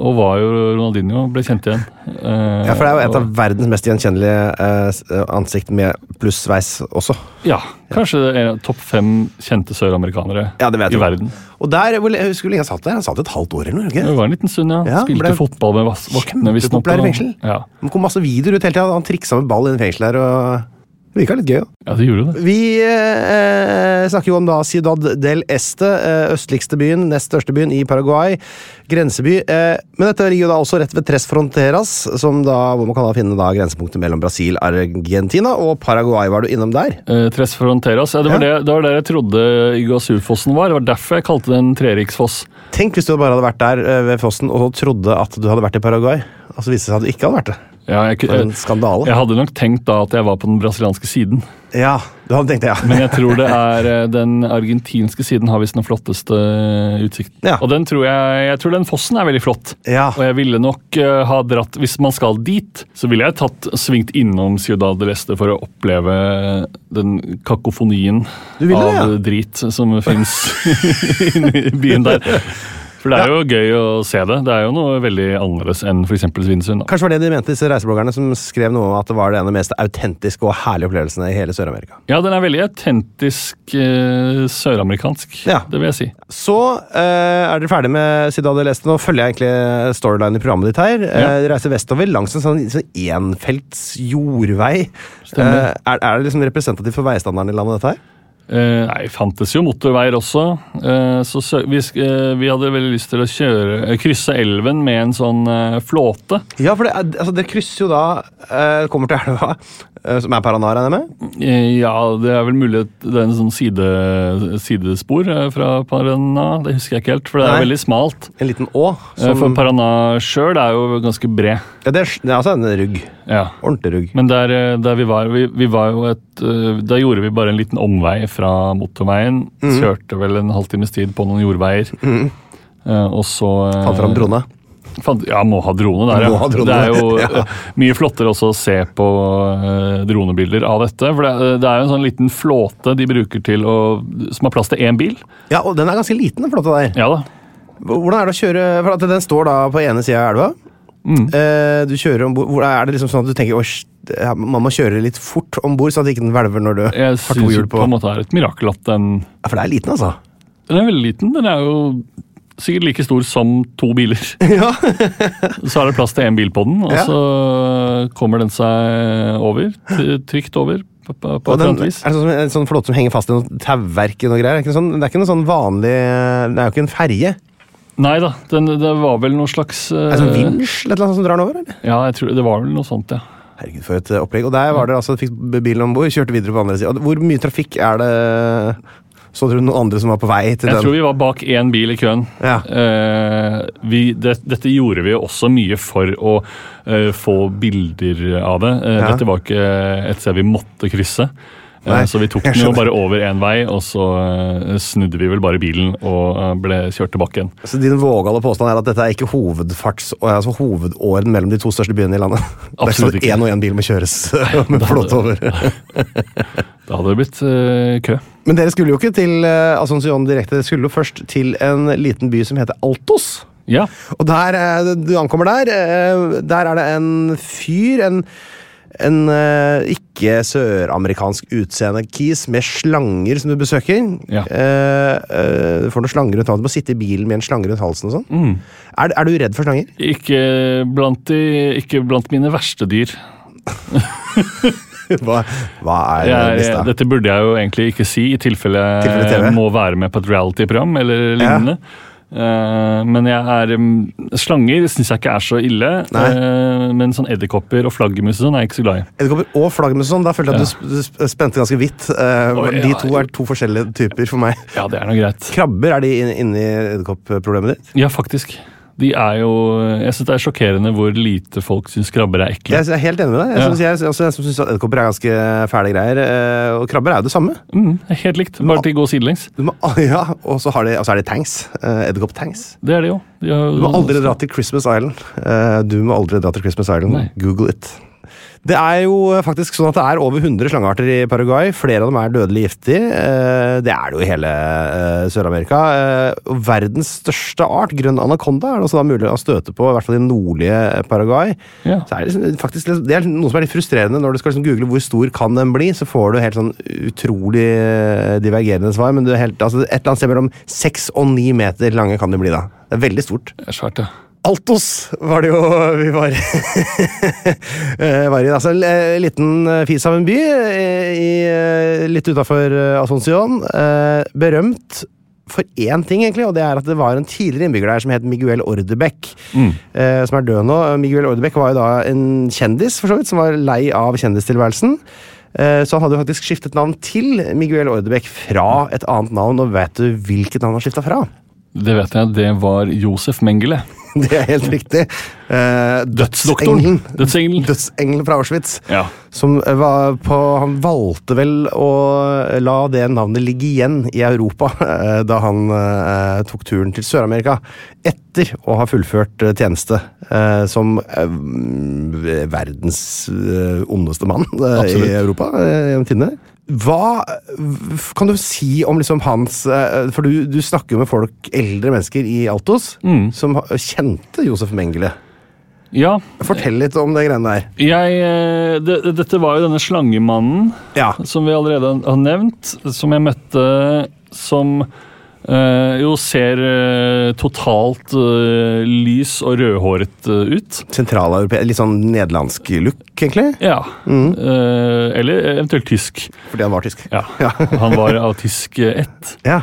Speaker 5: og var jo Ronaldinho, ble kjent igjen. Eh,
Speaker 4: Ja, for det er jo et av
Speaker 5: og-
Speaker 4: verdens mest gjenkjennelige eh, s- ansikt med plussveis også.
Speaker 5: Ja, Kanskje det er en av topp fem kjente søramerikanere
Speaker 4: Ja, det vet
Speaker 5: i
Speaker 4: jeg.
Speaker 5: verden.
Speaker 4: Og der, hvor jeg husker hvor lenge han satt der? Han satt et halvt år eller noe?
Speaker 5: Det
Speaker 4: ikke?
Speaker 5: var en liten stund, ja.
Speaker 4: Ja,
Speaker 5: Spilte
Speaker 4: ble
Speaker 5: fotball med vas- voktene, visstnok.
Speaker 4: kjempepopulær i
Speaker 5: og-
Speaker 4: fengsel.
Speaker 5: Ja.
Speaker 4: Det kom masse videoer ut hele tida. Han triksa med ball i en fengsel der. og det Virka litt gøy. også.
Speaker 5: ja, det gjorde det.
Speaker 4: Vi eh, snakker jo om da Ciudad del Este, eh, østligste byen, nest største byen i Paraguay. Grenseby. Eh, men dette ligger jo da også rett ved Tres Fronteras, som da, hvor man kan da finne da grensepunktet mellom Brasil, Argentina og Paraguay. Var du innom der?
Speaker 5: Eh, Tres Fronteras. Ja, det, var
Speaker 4: Ja.
Speaker 5: Det, det var der jeg trodde Iguazufossen var. Det var derfor jeg kalte den Treriksfoss.
Speaker 4: Tenk hvis du bare hadde vært der eh, ved fossen og trodde at du hadde vært i Paraguay. Og så viste det seg at du ikke hadde vært det.
Speaker 5: Ja, jeg,
Speaker 4: For en
Speaker 5: jeg,
Speaker 4: skandale.
Speaker 5: Jeg hadde nok tenkt da at jeg var på den brasilianske siden,
Speaker 4: Ja, du hadde tenkt det, ja.
Speaker 5: men jeg tror det er eh, den argentinske siden har visst den flotteste eh, utsikten.
Speaker 4: Ja.
Speaker 5: Og den tror jeg, jeg tror den fossen er veldig flott.
Speaker 4: Ja,
Speaker 5: Og jeg ville nok eh, ha dratt Hvis man skal dit, så ville jeg tatt svingt innom Ciudad del Este for å oppleve den kakofonien
Speaker 4: Du ville det,
Speaker 5: av
Speaker 4: ja.
Speaker 5: drit som fins [laughs] inni byen der. For det er jo gøy å se det. Det er jo noe veldig annerledes enn f.eks. Svinesund. da.
Speaker 4: Kanskje var det de mente, disse reisebloggerne som skrev noe om at det var det ene mest autentiske og herlige opplevelsene i hele Sør-Amerika.
Speaker 5: Ja, den er veldig autentisk eh, søramerikansk.
Speaker 4: Ja.
Speaker 5: Det vil jeg si.
Speaker 4: Så eh, er dere ferdig med Ciudad del Este. Nå følger jeg egentlig eh, storyline i programmet ditt her. Eh,
Speaker 5: Ja.
Speaker 4: dere reiser vestover langs en sånn, sånn enfelts jordvei. Eh,
Speaker 5: Stemmer.
Speaker 4: er, er det liksom representativt for veistandarden i landet, dette her?
Speaker 5: Eh, nei, fantes jo motorveier også. Eh, så sø vi, sk eh, vi hadde veldig lyst til å kjøre, eh, krysse elven med en sånn eh, flåte.
Speaker 4: Ja, for det, er- altså, dere krysser jo da eh, Kommer til elva, eh, som er Paraná, regner jeg med?
Speaker 5: Eh, ja, det er vel mulig at det er en sånn side, sidespor eh, fra Paraná. Det husker jeg ikke helt, for det er
Speaker 4: Nei.
Speaker 5: veldig smalt.
Speaker 4: En liten å.
Speaker 5: Eh,
Speaker 4: Som,
Speaker 5: for Paraná sjøl er jo ganske bred.
Speaker 4: ja, det, er, det er altså en rugg.
Speaker 5: Ja.
Speaker 4: Ordentlig rugg.
Speaker 5: Men der, eh, der vi var, vi, vi var jo et eh, Da gjorde vi bare en liten omvei fra motorveien.
Speaker 4: Mhm.
Speaker 5: Kjørte vel en halvtimes tid på noen jordveier. Eh, og så eh,
Speaker 4: Fant fram drone.
Speaker 5: fant- ja, må ha drone der,
Speaker 4: Må ha drone.
Speaker 5: Det er jo
Speaker 4: [laughs] Ja.
Speaker 5: eh, mye flottere også å se på eh, dronebilder av dette. For det, er- det er jo en sånn liten flåte de bruker til å Som har plass til én bil.
Speaker 4: Ja, og den er ganske liten, den flåta der.
Speaker 5: Ja da.
Speaker 4: Hvordan er det å kjøre For at den står da på ene sida av elva.
Speaker 5: Mm.
Speaker 4: Eh, du kjører ombord hvor- Er det liksom sånn at du tenker «Åsj, det er- man må kjøre litt fort om bord, så at ikke den hvelver når du
Speaker 5: Jeg
Speaker 4: har to
Speaker 5: syns
Speaker 4: hjul
Speaker 5: på
Speaker 4: på?
Speaker 5: en måte det er et mirakel at den [laughs]
Speaker 4: Ja, for det er liten, altså.
Speaker 5: Den er veldig liten. Den er jo sikkert like stor som to biler.
Speaker 4: Ja.
Speaker 5: Så er det plass til én bil på den, og
Speaker 4: Ja.
Speaker 5: så kommer den seg over. t- Trygt over, på, på
Speaker 4: Og
Speaker 5: på et eller
Speaker 4: den, er
Speaker 5: annet
Speaker 4: det
Speaker 5: vis.
Speaker 4: sånn, som- en sånn flåte som henger fast i noe tauverk i noe greier? Det er ikke, sånn, det er ikke noe sånn vanlig Det er jo ikke en ferge.
Speaker 5: Nei da, den, det var vel noe slags
Speaker 4: Det er sånn
Speaker 5: eh,
Speaker 4: vinsj eller et eller annet som drar den over? eller?
Speaker 5: Ja, jeg tror, det var vel noe sånt, ja.
Speaker 4: Herregud, for et eh, opplegg. Og der var dere altså, fikk bilen om bord, kjørte videre på andre siden. Og Hvor mye trafikk er det Så dere noen andre som var på vei til
Speaker 5: Jeg
Speaker 4: den?
Speaker 5: tror vi var bak én bil i køen.
Speaker 4: Ja.
Speaker 5: Eh, vi, det, dette gjorde vi jo også mye for å eh, få bilder av det. Eh,
Speaker 4: Ja.
Speaker 5: Dette var ikke et sted vi måtte krysse. Eh,
Speaker 4: Nei,
Speaker 5: så vi tok
Speaker 4: jeg
Speaker 5: den jo
Speaker 4: skjønner.
Speaker 5: bare over én vei, og så eh, snudde vi vel bare bilen og eh, ble kjørt tilbake igjen.
Speaker 4: Så din vågale påstand er at dette er ikke hovedfarts, altså hovedåren mellom de to største byene i landet? [laughs]
Speaker 5: Absolutt
Speaker 4: det er ikke
Speaker 5: ikke.
Speaker 4: sånn at én og én bil må kjøres [laughs] med flåte over.
Speaker 5: Da hadde det blitt eh, kø.
Speaker 4: Men dere skulle jo ikke til eh, Asunción direkte, dere skulle jo først til en liten by som heter Altos.
Speaker 5: Ja.
Speaker 4: Og der, eh, du ankommer der, eh, der er det en fyr, en, en eh, ikke søramerikansk utseende kis med slanger som du besøker.
Speaker 5: Ja.
Speaker 4: Eh, eh, Du får noen slanger rundt halsen, du må sitte i bilen med en slange rundt halsen og sånn.
Speaker 5: Mm.
Speaker 4: Er, er du redd for
Speaker 5: [laughs]
Speaker 4: slanger?
Speaker 5: Ikke blant, de, ikke blant mine verste dyr.
Speaker 4: Hva, hva er
Speaker 5: Jeg,
Speaker 4: lista?
Speaker 5: dette burde jeg jo egentlig ikke si, i tilfelle
Speaker 4: Tilfelle
Speaker 5: jeg
Speaker 4: TV.
Speaker 5: må være med på et reality-program eller lignende. Eh, men jeg er mm, Slanger syns jeg ikke er så ille.
Speaker 4: Nei.
Speaker 5: eh, men sånn edderkopper og flaggermus og sånn er jeg ikke så glad i.
Speaker 4: Edderkopper og flaggermus og sånn. Da følte jeg at du sp- sp- spente ganske vidt. Eh,
Speaker 5: Oi,
Speaker 4: de
Speaker 5: ja,
Speaker 4: to er to forskjellige typer for meg. [laughs]
Speaker 5: Ja, det er noe greit.
Speaker 4: Krabber, er de inn- inni edderkoppproblemet ditt?
Speaker 5: Ja, faktisk. De er jo Jeg syns det er sjokkerende hvor lite folk syns krabber er ekle.
Speaker 4: Jeg er helt enig med deg. Jeg,
Speaker 5: Ja.
Speaker 4: synes, jeg, altså, jeg syns edderkopper er ganske fæle greier. eh, Og krabber er jo det samme.
Speaker 5: Mm, helt likt, bare at de går sidelengs.
Speaker 4: Du må, [laughs] ja, og så har de, og så er de tanks. eh, Edderkopp-tanks.
Speaker 5: Det er de jo. De har,
Speaker 4: Du må aldri dra til Christmas Island. Eh, Du må aldri dra til Christmas Island.
Speaker 5: Nei.
Speaker 4: Google it. Det er jo faktisk sånn at det er over 100 slangearter i Paraguay. Flere av dem er dødelig giftige. Eh, Det er det jo i hele eh, Sør-Amerika. Eh, og Verdens største art, grønn anakonda, er det også da mulig å støte på, i hvert fall i nordlige Paraguay.
Speaker 5: Ja.
Speaker 4: Så er det, liksom, faktisk, liksom- det er noe som er litt frustrerende når du skal liksom google hvor stor kan den bli, så får du helt sånn utrolig eh, divergerende svar, men du er helt, altså, et eller annet sted mellom seks og ni meter lange kan de bli da. Det er veldig stort.
Speaker 5: Det er svært, ja.
Speaker 4: Altos var det jo vi var, [laughs] eh, var i. Altså, en eh, liten eh, fis av en by eh, i, eh, litt utafor Ascension. Berømt for én ting, egentlig, og det er at det var en tidligere innbygger der som het Miguel Ordebekk. eh, Som er død nå. Miguel Ordebekk var jo da en kjendis, for så vidt, som var lei av kjendistilværelsen. Eh, Så han hadde jo faktisk skiftet navn til Miguel Ordebekk fra et annet navn, og vet du hvilket navn han skifta fra?
Speaker 5: Det vet jeg. Det var Josef Mengele.
Speaker 4: Det er helt riktig. Eh,
Speaker 5: Dødsdoktoren.
Speaker 4: dødsengelen.
Speaker 5: Dødsengelen.
Speaker 4: Dødsengelen fra Auschwitz.
Speaker 5: Ja.
Speaker 4: Som eh, var på Han valgte vel å la det navnet ligge igjen i Europa [laughs] eh, da han eh, tok turen til Sør-Amerika. Etter å ha fullført eh, tjeneste eh, som eh, verdens eh, ondeste mann eh, i
Speaker 5: Absolutt.
Speaker 4: Europa eh, gjennom tidene. Hva v- kan du si om liksom hans eh, For du, du snakker jo med folk, eldre mennesker i Altos, som ha- kjente Josef Mengele.
Speaker 5: ja.
Speaker 4: Fortell litt om det greiene der.
Speaker 5: Jeg, eh, det, dette var jo denne slangemannen
Speaker 4: Ja.
Speaker 5: som vi allerede har nevnt, som jeg møtte som eh, jo ser eh, totalt eh, lys og rødhåret eh, ut.
Speaker 4: sentraleuropeisk Litt sånn nederlandsk look, egentlig.
Speaker 5: Ja. Eh, eller eventuelt tysk.
Speaker 4: Fordi han var tysk.
Speaker 5: Ja. [laughs] Han var av tysk eh, ett.
Speaker 4: Ja.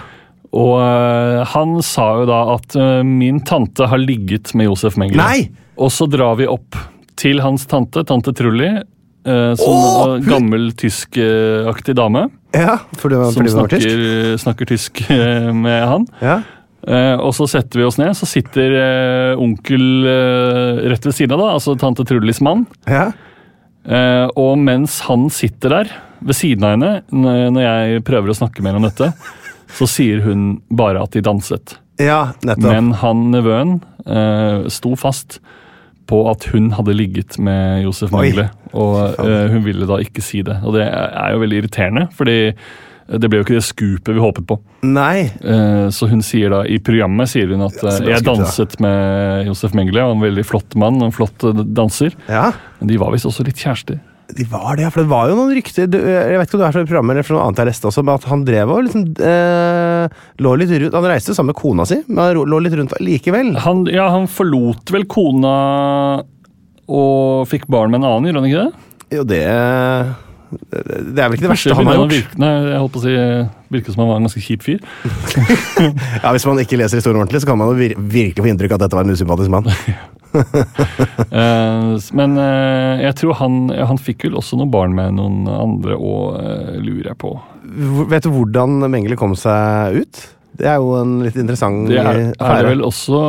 Speaker 5: Og eh, han sa jo da at eh, min tante har ligget med Josef Mengele.
Speaker 4: Nei!
Speaker 5: Og så drar vi opp til hans tante, tante Trulli, eh, som
Speaker 4: Åh!
Speaker 5: var gammel tyskaktig dame.
Speaker 4: ja fordi han,
Speaker 5: Som
Speaker 4: fordi han var
Speaker 5: snakker
Speaker 4: tysk.
Speaker 5: tysk, snakker tysk eh, med han.
Speaker 4: Ja.
Speaker 5: Eh, og så setter vi oss ned, så sitter eh, onkel eh, rett ved siden av, da, altså tante Trullis mann.
Speaker 4: Ja.
Speaker 5: Eh, og mens han sitter der ved siden av henne, n- når jeg prøver å snakke mer om dette, så sier hun bare at de danset.
Speaker 4: ja, nettopp.
Speaker 5: Men han nevøen eh, sto fast på at hun hadde ligget med Josef
Speaker 4: Oi.
Speaker 5: Mengele. Og eh, hun ville da ikke si det. Og det er jo veldig irriterende, fordi det ble jo ikke det skupet vi håpet på.
Speaker 4: Nei.
Speaker 5: Eh, så hun sier da, i programmet sier hun at
Speaker 4: Ja, så
Speaker 5: eh,
Speaker 4: det var
Speaker 5: jeg
Speaker 4: skuffet,
Speaker 5: danset med Josef Mengele, han var en veldig flott mann og en flott eh, danser.
Speaker 4: Ja.
Speaker 5: Men de var visst også litt kjærester.
Speaker 4: De var det, ja, for det var jo noen rykter du, eh, Jeg vet ikke om du er fra det programmet eller fra noe annet jeg leste også, men at han drev og liksom eh, lå litt rundt Han reiste sammen med kona si, men han ro- lå litt rundt likevel.
Speaker 5: Han, ja, han forlot vel kona og fikk barn med en annen, gjorde han ikke det?
Speaker 4: Jo, det eh, Det er vel ikke det verste
Speaker 5: Plutselig
Speaker 4: han har
Speaker 5: begynte å
Speaker 4: gjort.
Speaker 5: virke- Nei, jeg holdt på å si Virket som han var en ganske kjip fyr.
Speaker 4: Ja, Hvis man ikke leser historien ordentlig, så kan man jo vir virkelig få inntrykk av at dette var en usympatisk mann.
Speaker 5: Eh, s- Men eh, jeg tror han, ja, han fikk vel også noen barn med noen andre, og eh, lurer jeg på.
Speaker 4: Hvor- Vet du hvordan Mengele kom seg ut? Det er jo en litt interessant
Speaker 5: Det er, er det
Speaker 4: affære.
Speaker 5: vel også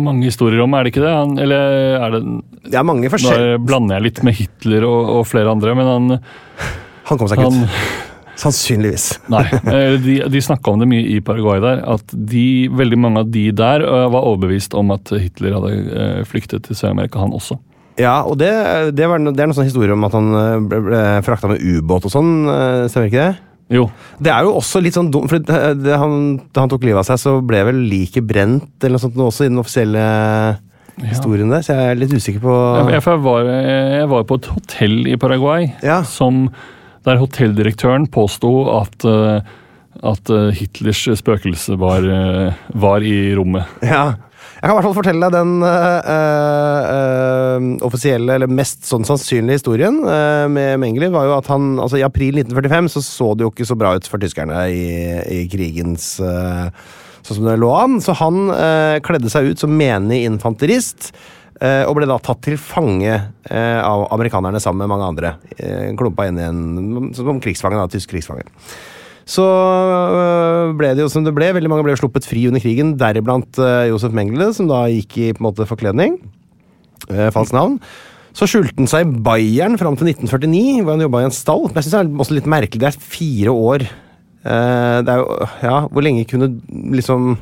Speaker 5: mange historier om, er det ikke det? Han, eller er det
Speaker 4: Det er mange
Speaker 5: Nå
Speaker 4: forskjell...
Speaker 5: blander jeg litt med Hitler og, og flere andre, men han,
Speaker 4: Han kom seg ikke
Speaker 5: han
Speaker 4: ut. Sannsynligvis.
Speaker 5: Nei. eh, De, de snakka om det mye i Paraguay der, at de, veldig mange av de der eh, var overbevist om at Hitler hadde eh, flyktet til Sør-Amerika, han også.
Speaker 4: Ja, og det, det, var, no- det er noen sånne historier om at han eh, ble, ble frakta med ubåt og sånn, eh, stemmer ikke det?
Speaker 5: Jo,
Speaker 4: Det er jo også litt sånn dumt, for det, det, han, da han tok livet av seg, så ble vel liket brent eller noe sånt nå også i den offisielle historien der, så jeg er litt usikker på
Speaker 5: Jeg, jeg, for jeg, var, jeg var på et hotell i Paraguay
Speaker 4: Ja.
Speaker 5: som, der hotelldirektøren påsto at, eh, at eh, Hitlers spøkelse var, eh, var i rommet.
Speaker 4: [laughs] Ja. Jeg kan i hvert fall fortelle deg den eh, eh, offisielle, eller mest sånn sannsynlige historien eh, med Mengele, var jo at han altså I april 1945 så så det jo ikke så bra ut for tyskerne i, i krigens eh, Sånn som det lå an. Så han eh, kledde seg ut som menig infanterist. eh, og ble da tatt til fange eh, av amerikanerne sammen med mange andre. Eh, klumpa inn i en som krigsfange, da, tysk krigsfange. Så øh, ble det jo som det ble. Veldig mange ble jo sluppet fri under krigen, deriblant øh, Josef Mengele, som da gikk i på en måte forkledning. Øh, falskt navn. Så skjulte han seg i Bayern fram til 1949, hvor han jobba i en stall. Men jeg synes det er også litt merkelig. Det er fire år. Eh, det er jo, ja, Hvor lenge kunne liksom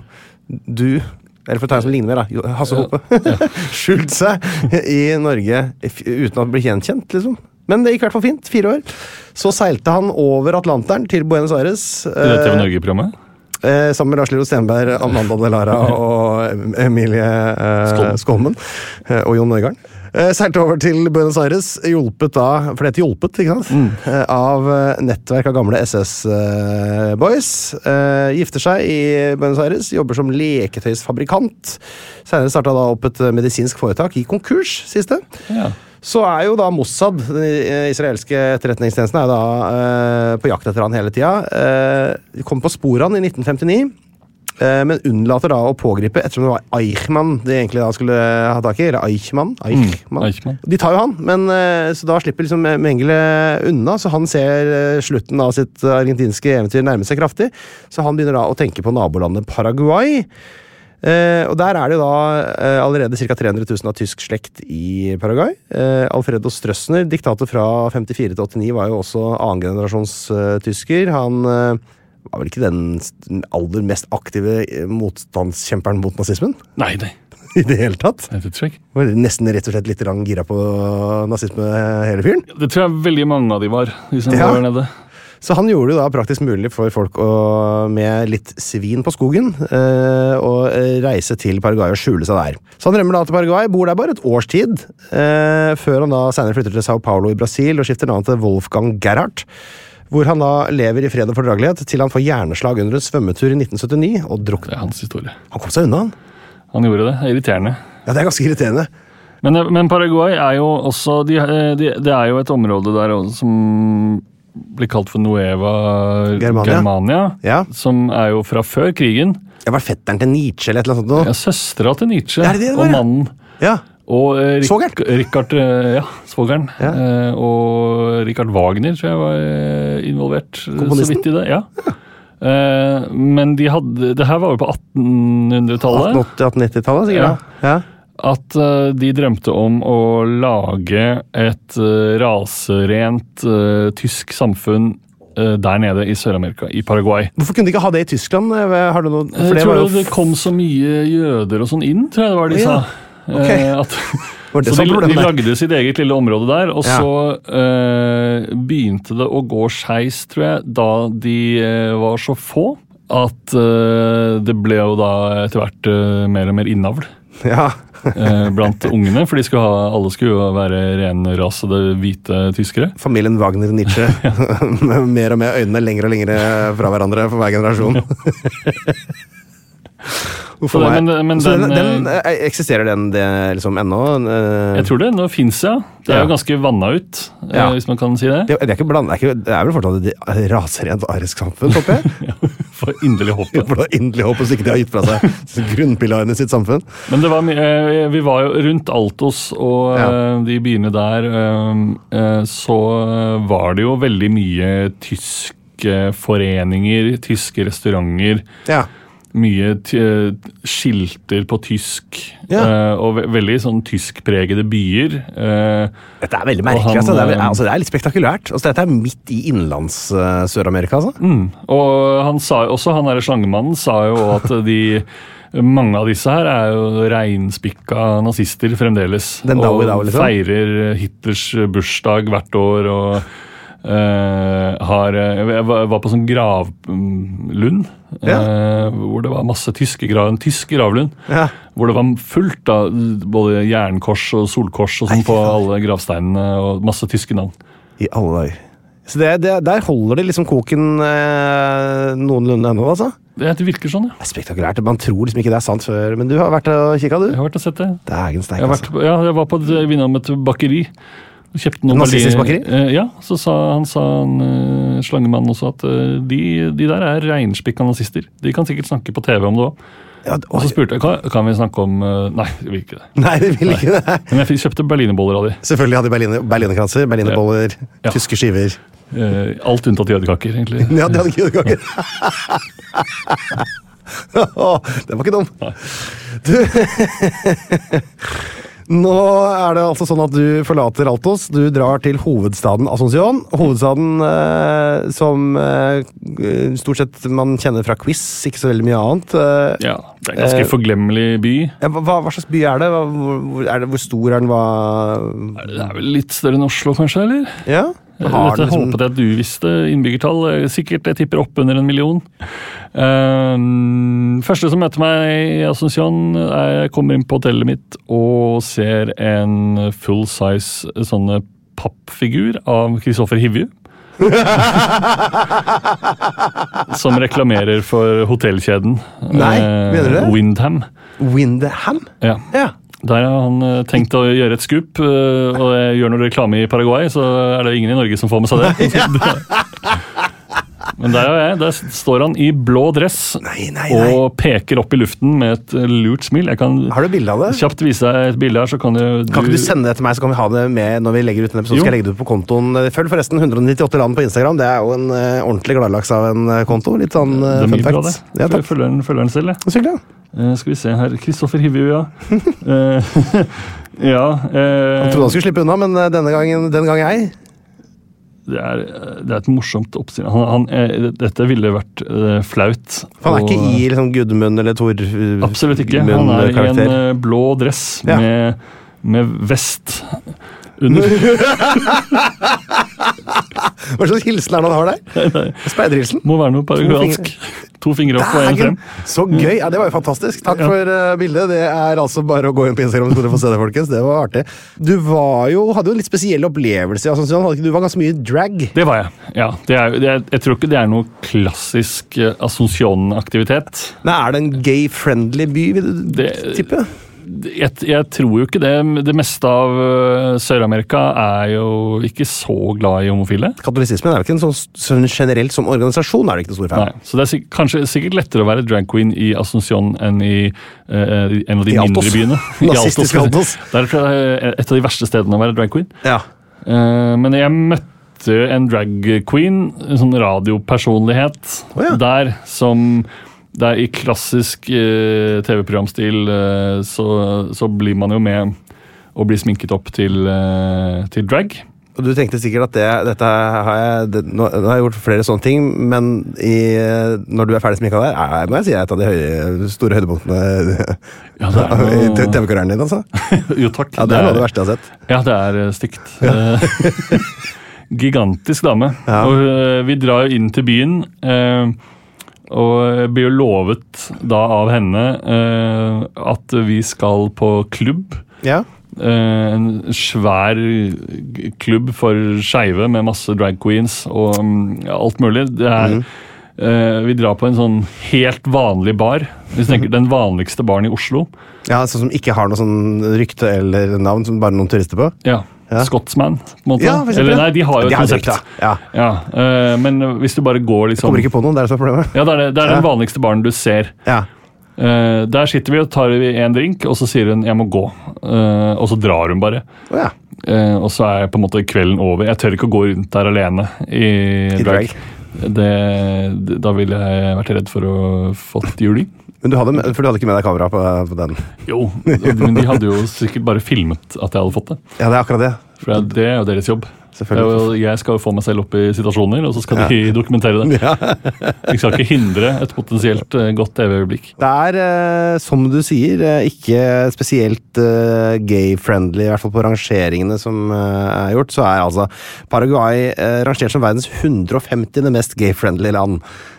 Speaker 4: du eller for å ta en som ligner mer, da. Jo- Hasse Hope. [laughs] Skjult seg i Norge i f- uten å bli gjenkjent, liksom. Men det gikk i hvert fall fint. Fire år. Så seilte han over Atlanteren til Buenos Aires.
Speaker 5: I det
Speaker 4: eh,
Speaker 5: TV Norge-programmet.
Speaker 4: Eh, sammen med Lars Lillo Stenberg, Amanda De Lara og Em- Emilie eh,
Speaker 5: Skolmen.
Speaker 4: Skolmen. Eh, og Jon Øigarden. Eh, seilte over til Buenos Aires, hjulpet da For det heter hjulpet, ikke sant? Eh, av eh, nettverk av gamle SS-boys. Eh, gifter seg i Buenos Aires, jobber som leketøysfabrikant. Senere starta da opp et eh, medisinsk foretak, gikk konkurs siste.
Speaker 5: Ja.
Speaker 4: Så er jo da Mossad, den i- eh, israelske etterretningstjenesten, er jo da eh, på jakt etter han hele tida. Eh, de kom på sporet han i 1959. eh, Men unnlater da å pågripe, ettersom det var Eichmann de egentlig da skulle ha tak i. Eller Eichmann. Eichmann.
Speaker 5: Eichmann.
Speaker 4: De tar jo han, men eh, så da slipper liksom Mengele unna. Så han ser eh, slutten av sitt argentinske eventyr nærme seg kraftig. Så han begynner da å tenke på nabolandet Paraguay. Eh, og Der er det jo da eh, allerede ca. 300 000 av tysk slekt i Paraguay. Eh, Alfredo Strøsner, diktator fra 54 til 89, var jo også annengenerasjons eh, tysker. Han eh, var vel ikke den st- aller mest aktive eh, motstandskjemperen mot nazismen? [laughs]
Speaker 5: Nei, nei.
Speaker 4: I det hele tatt?
Speaker 5: Det tror jeg ikke.
Speaker 4: Var nesten rett og slett litt grann gira på nazisme, eh, hele fyren.
Speaker 5: Det tror jeg veldig mange av de var, de som
Speaker 4: Ja.
Speaker 5: var der nede.
Speaker 4: Så han gjorde det da praktisk mulig for folk å, med litt svin på skogen eh, å eh, reise til Paraguay og skjule seg der. Så han rømmer da til Paraguay, bor der bare et års tid, eh, før han da senere flytter til Sao Paulo i Brasil og skifter navn til Wolfgang Gerhardt. Hvor han da lever i fred og fordragelighet til han får hjerneslag under en svømmetur i 1979 og drukner.
Speaker 5: Det er hans historie.
Speaker 4: Han kom seg unna, han.
Speaker 5: Han gjorde det. Det er Irriterende.
Speaker 4: Ja, Det er ganske irriterende.
Speaker 5: Men, eh, men Paraguay er jo også de, eh, de, Det er jo et område der også som blir kalt for Nueva
Speaker 4: Germania. Ja.
Speaker 5: Som er jo fra før krigen.
Speaker 4: Jeg var fetteren til Nietzsche eller et eller annet sånt.
Speaker 5: Ja, Søstera til Nietzsche
Speaker 4: Er det det det var,
Speaker 5: og
Speaker 4: ja?
Speaker 5: mannen.
Speaker 4: nå. Ja.
Speaker 5: Og eh, Rik
Speaker 4: Svogeren.
Speaker 5: Richard, eh, ja, svogeren.
Speaker 4: Ja.
Speaker 5: Eh, og Richard Wagner tror jeg var eh, involvert eh, så
Speaker 4: Komponisten?
Speaker 5: vidt i det. ja. Eh, men de hadde Det her var jo på 1800-tallet.
Speaker 4: 1880-1890-tallet, sikkert. Ja. Ja.
Speaker 5: At eh, de drømte om å lage et eh, raserent eh, tysk samfunn eh, der nede i Sør-Amerika, i Paraguay.
Speaker 4: Hvorfor kunne de ikke ha det i Tyskland? Eh, Har du noe? For
Speaker 5: Jeg
Speaker 4: det
Speaker 5: tror
Speaker 4: var
Speaker 5: det,
Speaker 4: jo
Speaker 5: det kom så mye jøder og sånn inn, tror jeg det var de
Speaker 4: Ja,
Speaker 5: sa.
Speaker 4: ok.
Speaker 5: Eh, at, [laughs]
Speaker 4: var det
Speaker 5: så
Speaker 4: som
Speaker 5: de,
Speaker 4: problemet
Speaker 5: de
Speaker 4: der?
Speaker 5: lagde sitt eget lille område der, og
Speaker 4: Ja.
Speaker 5: så eh, begynte det å gå skeis, tror jeg, da de eh, var så få. at eh, det ble jo da etter hvert eh, mer og mer innavl
Speaker 4: [laughs] Ja.
Speaker 5: eh,
Speaker 4: [laughs]
Speaker 5: blant ungene. For de skulle ha, alle skulle jo være renrasede hvite tyskere.
Speaker 4: Familien Wagner [laughs] Nietzsche. Med mer og mer øynene lengre og lengre fra hverandre for hver generasjon. [laughs] Uff
Speaker 5: Så det-
Speaker 4: meg.
Speaker 5: men- men
Speaker 4: Så den,
Speaker 5: den,
Speaker 4: den, eh, eksisterer den det liksom ennå? Eh,
Speaker 5: Jeg tror det ennå fins, ja. Det er
Speaker 4: Ja.
Speaker 5: jo ganske vanna ut, eh,
Speaker 4: Ja.
Speaker 5: hvis man kan si det.
Speaker 4: Det, det, er ikke bland, det, er ikke, det er vel fortsatt et raserent arisk samfunn, [laughs] håper jeg?
Speaker 5: For inderlig [laughs] håpet.
Speaker 4: For det er inderlig håp hvis ikke de har gitt fra seg grunnpilarene i sitt samfunn.
Speaker 5: Men det var mye eh, Vi var jo rundt Altos og
Speaker 4: Ja.
Speaker 5: eh, de byene der. eh, eh, Så eh, var det jo veldig mye tyske foreninger, tyske restauranter.
Speaker 4: Ja.
Speaker 5: Mye ty skilter på tysk.
Speaker 4: Ja.
Speaker 5: eh, Og ve veldig sånn tyskpregede byer. eh,
Speaker 4: Dette er veldig
Speaker 5: Og
Speaker 4: merkelig.
Speaker 5: han,
Speaker 4: altså. Det, er, vel-
Speaker 5: eh,
Speaker 4: altså, det er litt spektakulært. Altså, dette er midt i innlands eh, Sør-Amerika, altså.
Speaker 5: Mm. Og han sa, også han der slangemannen sa jo at de mange av disse her er jo reinspikka nazister fremdeles.
Speaker 4: Den dag
Speaker 5: og
Speaker 4: i dag, liksom.
Speaker 5: feirer Hitlers bursdag hvert år og eh, har Jeg var var på sånn gravlund eh, hvor det var masse tyske grav, en tysk gravlund.
Speaker 4: Ja.
Speaker 5: Hvor det var fullt av både jernkors og solkors og
Speaker 4: Nei,
Speaker 5: sånn
Speaker 4: fy
Speaker 5: på
Speaker 4: faen.
Speaker 5: alle gravsteinene. og Masse tyske navn.
Speaker 4: I alle dager. Så det, det, der holder de liksom koken eh, noenlunde ennå, altså.
Speaker 5: Det det virker sånn, ja.
Speaker 4: Det er spektakulært. Man tror liksom ikke det er sant før, men du har vært og kikka,
Speaker 5: Jeg
Speaker 4: du.
Speaker 5: har vært og sett det.
Speaker 4: Dægen steik,
Speaker 5: Jeg, har vært,
Speaker 4: altså.
Speaker 5: på- ja, jeg var på et, jeg innom et bakeri. og Kjøpte noen
Speaker 4: Nazistisk
Speaker 5: berli-
Speaker 4: bakeri?
Speaker 5: Eh, ja, så sa han, sa han eh, slangemannen også at eh, de, de der er reinspikka nazister. De kan sikkert snakke på TV om det òg.
Speaker 4: Ja,
Speaker 5: Og så
Speaker 4: oi.
Speaker 5: spurte jeg kan, kan vi snakke om eh, Nei, vi vil ikke det.
Speaker 4: Nei, det vil ikke det.
Speaker 5: Men jeg fikk- kjøpte berlinerboller av de.
Speaker 4: Selvfølgelig hadde berliner- berlinerkranser, berlinerboller,
Speaker 5: Ja.
Speaker 4: tyske skiver.
Speaker 5: Eh, alt unntatt jødekaker, egentlig.
Speaker 4: [laughs] Ja, de hadde kødekaker. [laughs] Den var ikke dum. Du [laughs] Nå er det altså sånn at du forlater Altos. Du drar til hovedstaden Ascension. Hovedstaden eh, som eh, stort sett man kjenner fra quiz, ikke så veldig mye annet. Eh,
Speaker 5: Ja, det er en ganske
Speaker 4: Eh,
Speaker 5: forglemmelig by.
Speaker 4: ja, hva, hva slags by er det? Hva, hvor, hvor- er det? Hvor stor er den? Hva
Speaker 5: Det er vel litt større enn Oslo, kanskje? eller?
Speaker 4: Ja? Har
Speaker 5: Dette
Speaker 4: den liksom
Speaker 5: håpet jeg at du visste innbyggertall. eh, Sikkert, jeg tipper opp under en million. Ehm, første som møter meg i Ascension, er jeg kommer inn på hotellet mitt og ser en full size eh, sånne pappfigur av Kristoffer Hivju. som reklamerer for hotellkjeden. Eh,
Speaker 4: Nei, mener du det?
Speaker 5: Windham.
Speaker 4: [laughs] Windham?
Speaker 5: Ja.
Speaker 4: Ja.
Speaker 5: Der har han eh, tenkt å gjøre et skup, eh, og jeg gjør noe reklame i Paraguay, så er det ingen i Norge som får med seg
Speaker 4: [laughs]
Speaker 5: det. Men der er jeg. Der s- står han i blå dress
Speaker 4: Nei, nei, nei.
Speaker 5: og peker opp i luften med et eh, lurt smil. Jeg kan
Speaker 4: Har du bilde av det?
Speaker 5: kjapt vise deg et bilde her, så kan du,
Speaker 4: Kan ikke du sende det til meg, så kan vi ha det med når vi legger ut en episode?
Speaker 5: Jo.
Speaker 4: Skal jeg legge det ut på kontoen? Følg forresten 198 land på Instagram. Det er jo en eh, ordentlig gladlaks av en eh, konto. Litt sånn eh,
Speaker 5: det er
Speaker 4: fun
Speaker 5: mye bra, det.
Speaker 4: facts. Ja, takk.
Speaker 5: Følger den, følger den selv, jeg.
Speaker 4: Så hyggelig.
Speaker 5: Eh, skal vi se her. Kristoffer Hivju,
Speaker 4: [laughs]
Speaker 5: ja. Eh, [laughs] ja
Speaker 4: Jeg
Speaker 5: eh,
Speaker 4: trodde han skulle slippe unna, men eh, denne gangen, den gang ei.
Speaker 5: det, er, eh, det er et morsomt oppsyn. Han, han, eh, dette ville vært eh, flaut.
Speaker 4: For han er
Speaker 5: og-
Speaker 4: ikke i liksom, Gudmund eller eh, Tor
Speaker 5: Absolutt ikke. Han er i en eh, blå dress
Speaker 4: Mm. Ja.
Speaker 5: med, med vest under.
Speaker 4: [laughs] Hva slags hilsen er det han
Speaker 5: [laughs]
Speaker 4: har der? Speiderhilsen?
Speaker 5: Må være noe paraguansk. To fingre opp og én
Speaker 4: Dagen!
Speaker 5: frem.
Speaker 4: Så gøy! Ja, det var jo fantastisk. Takk
Speaker 5: Ja.
Speaker 4: for eh, bildet. Det er altså bare å gå inn på Instagram, så dere får se det, folkens. Det var artig. Du var jo, hadde jo en litt spesiell opplevelse. Altså, sånn, hadde ikke- du var ganske mye i drag.
Speaker 5: Det var jeg. Ja, det er, det er, jeg tror ikke det er noe klassisk eh, Assumption-aktivitet.
Speaker 4: Nei, er det en gay-friendly by, vil du
Speaker 5: Det-
Speaker 4: tippe?
Speaker 5: Jeg, jeg tror jo ikke det. Det meste av eh, Sør-Amerika er jo ikke så glad i homofile.
Speaker 4: Katolisismen er jo ikke en sånn, sånn generelt som organisasjon er det ikke noe stor
Speaker 5: Nei,
Speaker 4: fan.
Speaker 5: så det er sik kanskje sikkert lettere å være drag queen i Ascension enn i eh, en av de
Speaker 4: I Altos.
Speaker 5: mindre byene.
Speaker 4: [laughs]
Speaker 5: I
Speaker 4: Nazistiske Altos.
Speaker 5: Det er tror jeg, et av de verste stedene å være drag queen.
Speaker 4: [laughs] Ja.
Speaker 5: Eh, men jeg møtte en drag queen, en sånn radiopersonlighet,
Speaker 4: Å ja.
Speaker 5: der som det er I klassisk eh, TV-programstil eh, så, så blir man jo med og blir sminket opp til, eh, til drag.
Speaker 4: Og du tenkte sikkert at det, dette har jeg, det, nå, nå har jeg gjort flere sånne ting, men i, når du er ferdig sminka der, er, må jeg si er et av de høye, store høydepunktene [laughs]
Speaker 5: Ja, det er
Speaker 4: i
Speaker 5: noe-
Speaker 4: TV-karrieren din, altså.
Speaker 5: Jo, takk.
Speaker 4: Ja, det er noe av det verste jeg har sett.
Speaker 5: Ja, det er eh, stygt. Eh, [laughs] Gigantisk dame.
Speaker 4: Ja.
Speaker 5: Og eh, vi drar jo inn til byen. eh, Og jeg blir jo lovet da av henne eh, at vi skal på klubb.
Speaker 4: Ja.
Speaker 5: Eh, en svær g- klubb for skeive med masse drag queens og mm, alt mulig. Det
Speaker 4: Mhm.
Speaker 5: er, eh, vi drar på en sånn helt vanlig bar.
Speaker 4: Mhm.
Speaker 5: Hvis du tenker Den vanligste baren i Oslo.
Speaker 4: ja, sånn som ikke har noe sånn rykte eller navn, som bare noen turister på?
Speaker 5: Ja,
Speaker 4: Ja.
Speaker 5: Scotsman, på en måte.
Speaker 4: Ja, for eksempel.
Speaker 5: Eller nei, de har jo
Speaker 4: De
Speaker 5: et
Speaker 4: har et
Speaker 5: konsept.
Speaker 4: rykte, ja.
Speaker 5: Ja, eh, men hvis du bare går liksom
Speaker 4: Kommer ikke på noen, det er det som er problemet.
Speaker 5: Ja, det er, det, det er
Speaker 4: Ja.
Speaker 5: den vanligste baren du ser.
Speaker 4: Ja.
Speaker 5: Eh, der sitter vi og tar vi en drink, og så sier hun 'jeg må gå'. Eh, og så drar hun bare.
Speaker 4: Å ja.
Speaker 5: Eh, og så er på en måte kvelden over. Jeg tør ikke å gå rundt der alene i,
Speaker 4: I
Speaker 5: drag.
Speaker 4: drag.
Speaker 5: Det, det, da ville jeg vært redd for å fått juling.
Speaker 4: Men du hadde, med- for du hadde ikke med deg kamera på, på den?
Speaker 5: Jo, men de hadde jo sikkert bare filmet at jeg hadde fått det.
Speaker 4: Ja, det er akkurat det.
Speaker 5: For det er- det er jo deres jobb. Det er
Speaker 4: Selvfølgelig.
Speaker 5: jo- Jeg skal jo få meg selv opp i situasjoner, og så skal de dokumentere det. Jeg skal ikke hindre et potensielt eh, godt TV-øyeblikk.
Speaker 4: Det er, eh, som du sier, eh, ikke spesielt eh, gay-friendly, i hvert fall på rangeringene som eh, er gjort. Så er altså Paraguay eh, rangert som verdens 150. mest gay-friendly land.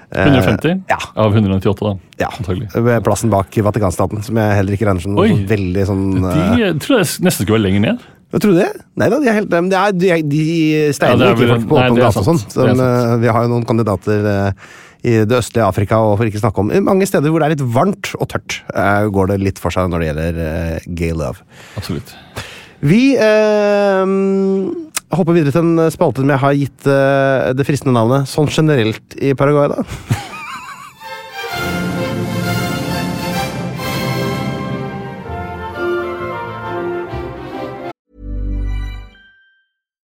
Speaker 4: Eh,
Speaker 5: 150
Speaker 4: ja.
Speaker 5: av 198, da.
Speaker 4: Ja.
Speaker 5: Antagelig.
Speaker 4: Ved Plassen bak Vatikanstaten, som jeg heller ikke regner som noe
Speaker 5: Oi.
Speaker 4: sånn veldig sånn eh,
Speaker 5: De eh, tror jeg s- nesten skulle være lenger ned.
Speaker 4: Hva Tror du det? Nei da, de, er helt, nei, men det er, de, de
Speaker 5: Ja,
Speaker 4: steiner
Speaker 5: det er
Speaker 4: jo ikke
Speaker 5: vel-
Speaker 4: folk på
Speaker 5: nei,
Speaker 4: åpen
Speaker 5: det er
Speaker 4: gate og sånn.
Speaker 5: sant.
Speaker 4: Så,
Speaker 5: Det er
Speaker 4: men, eh, vi har jo noen kandidater eh, i det østlige Afrika, og for ikke snakke om i mange steder hvor det er litt varmt og tørt, eh, går det litt for seg når det gjelder eh, gay love.
Speaker 5: Absolutt.
Speaker 4: Vi eh, hopper videre til en spalte som jeg har gitt eh, det fristende navnet sånn generelt i Paraguay, da.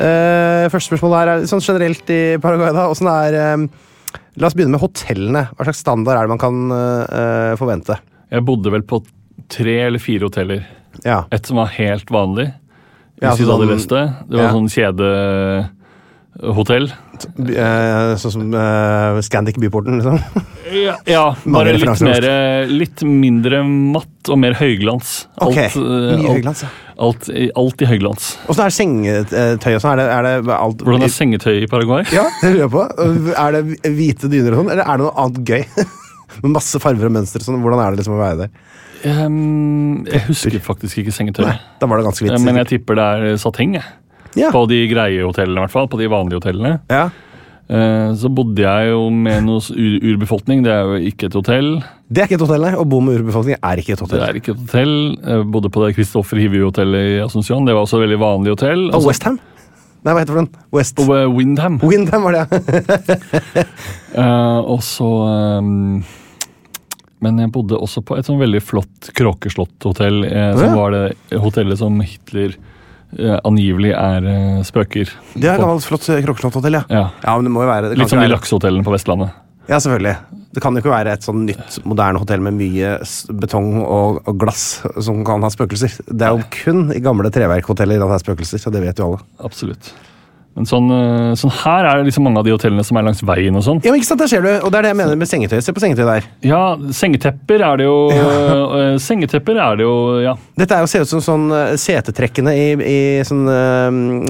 Speaker 4: Eh, første spørsmål her er sånn generelt i Paraguay. da, Åssen er eh, La oss begynne med hotellene. Hva slags standard er det man kan eh, forvente?
Speaker 5: Jeg bodde vel på tre eller fire hoteller.
Speaker 4: Ja,
Speaker 5: Et som var helt vanlig. I
Speaker 4: Ja, altså
Speaker 5: Ciudad del
Speaker 4: sånn-
Speaker 5: Este. Det var
Speaker 4: ja.
Speaker 5: sånn kjedehotell.
Speaker 4: b- eh, Sånn som eh, Scandic Byporten, liksom. [laughs]
Speaker 5: Ja, ja
Speaker 4: Mange
Speaker 5: bare litt,
Speaker 4: referanser.
Speaker 5: mer, litt mindre matt og mer høyglans.
Speaker 4: Ok,
Speaker 5: eh,
Speaker 4: mye høyglans, ja.
Speaker 5: Alt, i- alt i høyglans.
Speaker 4: Åssen er sengetøy og sånn? Er det, er det alt
Speaker 5: Hvordan er sengetøy i Paraguay?
Speaker 4: Ja, det lurer jeg på. Er det hvite dyner og sånn, eller er det noe annet gøy? [laughs] Med masse farger og mønstre og sånn. Hvordan er det liksom å være der?
Speaker 5: Ehm, jeg husker faktisk ikke sengetøyet.
Speaker 4: Da var det ganske
Speaker 5: Eh,
Speaker 4: hvitt.
Speaker 5: Men jeg
Speaker 4: sikkert.
Speaker 5: tipper det er sateng. jeg.
Speaker 4: Ja.
Speaker 5: På de greie hotellene, i hvert fall. På de vanlige hotellene.
Speaker 4: Ja.
Speaker 5: Eh, Så bodde jeg jo med noe s- ur urbefolkning. Det er jo ikke et hotell.
Speaker 4: Det er ikke et hotell, nei. Å bo med urbefolkning er ikke et
Speaker 5: Det
Speaker 4: hotell.
Speaker 5: er ikke et hotell. Jeg bodde på det Christoffer Hivju-hotellet i Asuncion. Det var også et veldig vanlig hotell.
Speaker 4: Og
Speaker 5: Og så-
Speaker 4: Westham? Nei, hva heter den? West
Speaker 5: altså- og, eh, Windham.
Speaker 4: Windham var
Speaker 5: [laughs]
Speaker 4: det, ja.
Speaker 5: Eh, og så ehm, Men jeg bodde også på et sånn veldig flott kråkeslotthotell. Eh, som
Speaker 4: Ja.
Speaker 5: var det hotellet som Hitler eh, angivelig er eh, spøker.
Speaker 4: Det er et
Speaker 5: på.
Speaker 4: gammelt, flott eh, krokkeslotthotell, ja.
Speaker 5: Ja.
Speaker 4: Ja, men det må jo være det kan
Speaker 5: Litt som
Speaker 4: ikke
Speaker 5: de
Speaker 4: være-
Speaker 5: laksehotellene på Vestlandet.
Speaker 4: Ja, selvfølgelig. Det kan jo ikke være et sånn nytt, moderne hotell med mye s- betong og, og glass som kan ha spøkelser. Det er jo kun i gamle treverkhoteller det er spøkelser, og det vet jo alle.
Speaker 5: Absolutt. Men sånn, eh, sånn her er det liksom mange av de hotellene som er langs veien og sånn.
Speaker 4: Ja, men ikke sant, der ser du, og det er det jeg mener med sengetøy. Se på sengetøy der.
Speaker 5: Ja, sengetepper er det jo [laughs] eh, Sengetepper er det jo, ja.
Speaker 4: Dette er jo ser ut som sånn eh, setetrekkene i, i sånne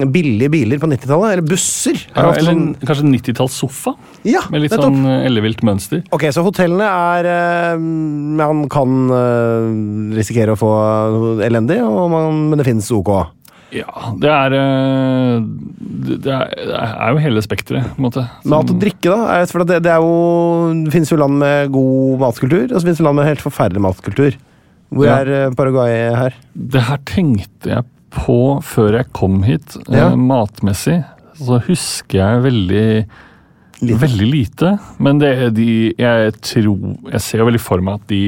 Speaker 4: eh, billige biler på 90-tallet. Eller busser. Det er
Speaker 5: ja
Speaker 4: ofte
Speaker 5: eller en,
Speaker 4: sånn-
Speaker 5: kanskje en 90-tallssofa
Speaker 4: ja,
Speaker 5: med litt
Speaker 4: nettopp.
Speaker 5: sånn eh, ellevilt mønster.
Speaker 4: Ok, så hotellene er eh, Man kan eh, risikere å få elendig, og man, men det finnes ok.
Speaker 5: Ja, det er eh, Det det er, det er jo hele spekteret, på en måte.
Speaker 4: Mat og drikke, da? Er, for det, det, er jo, det finnes jo land med god matkultur, og så finnes det land med helt forferdelig matkultur. Hvor
Speaker 5: Ja.
Speaker 4: er eh, Paraguay her?
Speaker 5: Det her tenkte jeg på før jeg kom hit, eh,
Speaker 4: Ja.
Speaker 5: matmessig. Så husker jeg veldig lite. Veldig lite. Men det, er de, jeg tror Jeg ser jo veldig for meg at de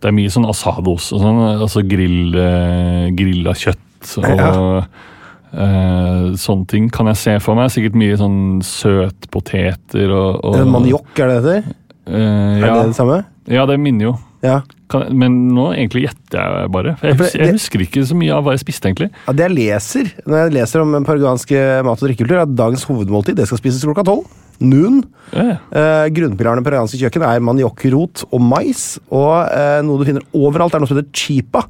Speaker 5: Det er mye sånn asados og sånn. Altså grill, eh, grilla kjøtt og
Speaker 4: Ja.
Speaker 5: eh, sånne ting kan jeg se for meg. Sikkert mye sånn søtpoteter og, og
Speaker 4: Eh, Maniokk, er det det heter?
Speaker 5: eh,
Speaker 4: Er
Speaker 5: ja.
Speaker 4: det det samme?
Speaker 5: ja, det minner jo.
Speaker 4: Ja.
Speaker 5: Kan, men nå egentlig gjetter jeg bare. For Jeg
Speaker 4: For det-
Speaker 5: husker, jeg husker ikke så mye av hva jeg spiste, egentlig.
Speaker 4: ja. Det jeg leser når jeg leser om paraguansk eh, mat- og drikkekultur, er at dagens hovedmåltid det skal spises klokka tolv. Noon.
Speaker 5: Ja, ja.
Speaker 4: Eh, grunnpilarene på peruansk kjøkken er maniokkrot og mais. Og eh, noe du finner overalt, er noe som heter chipa.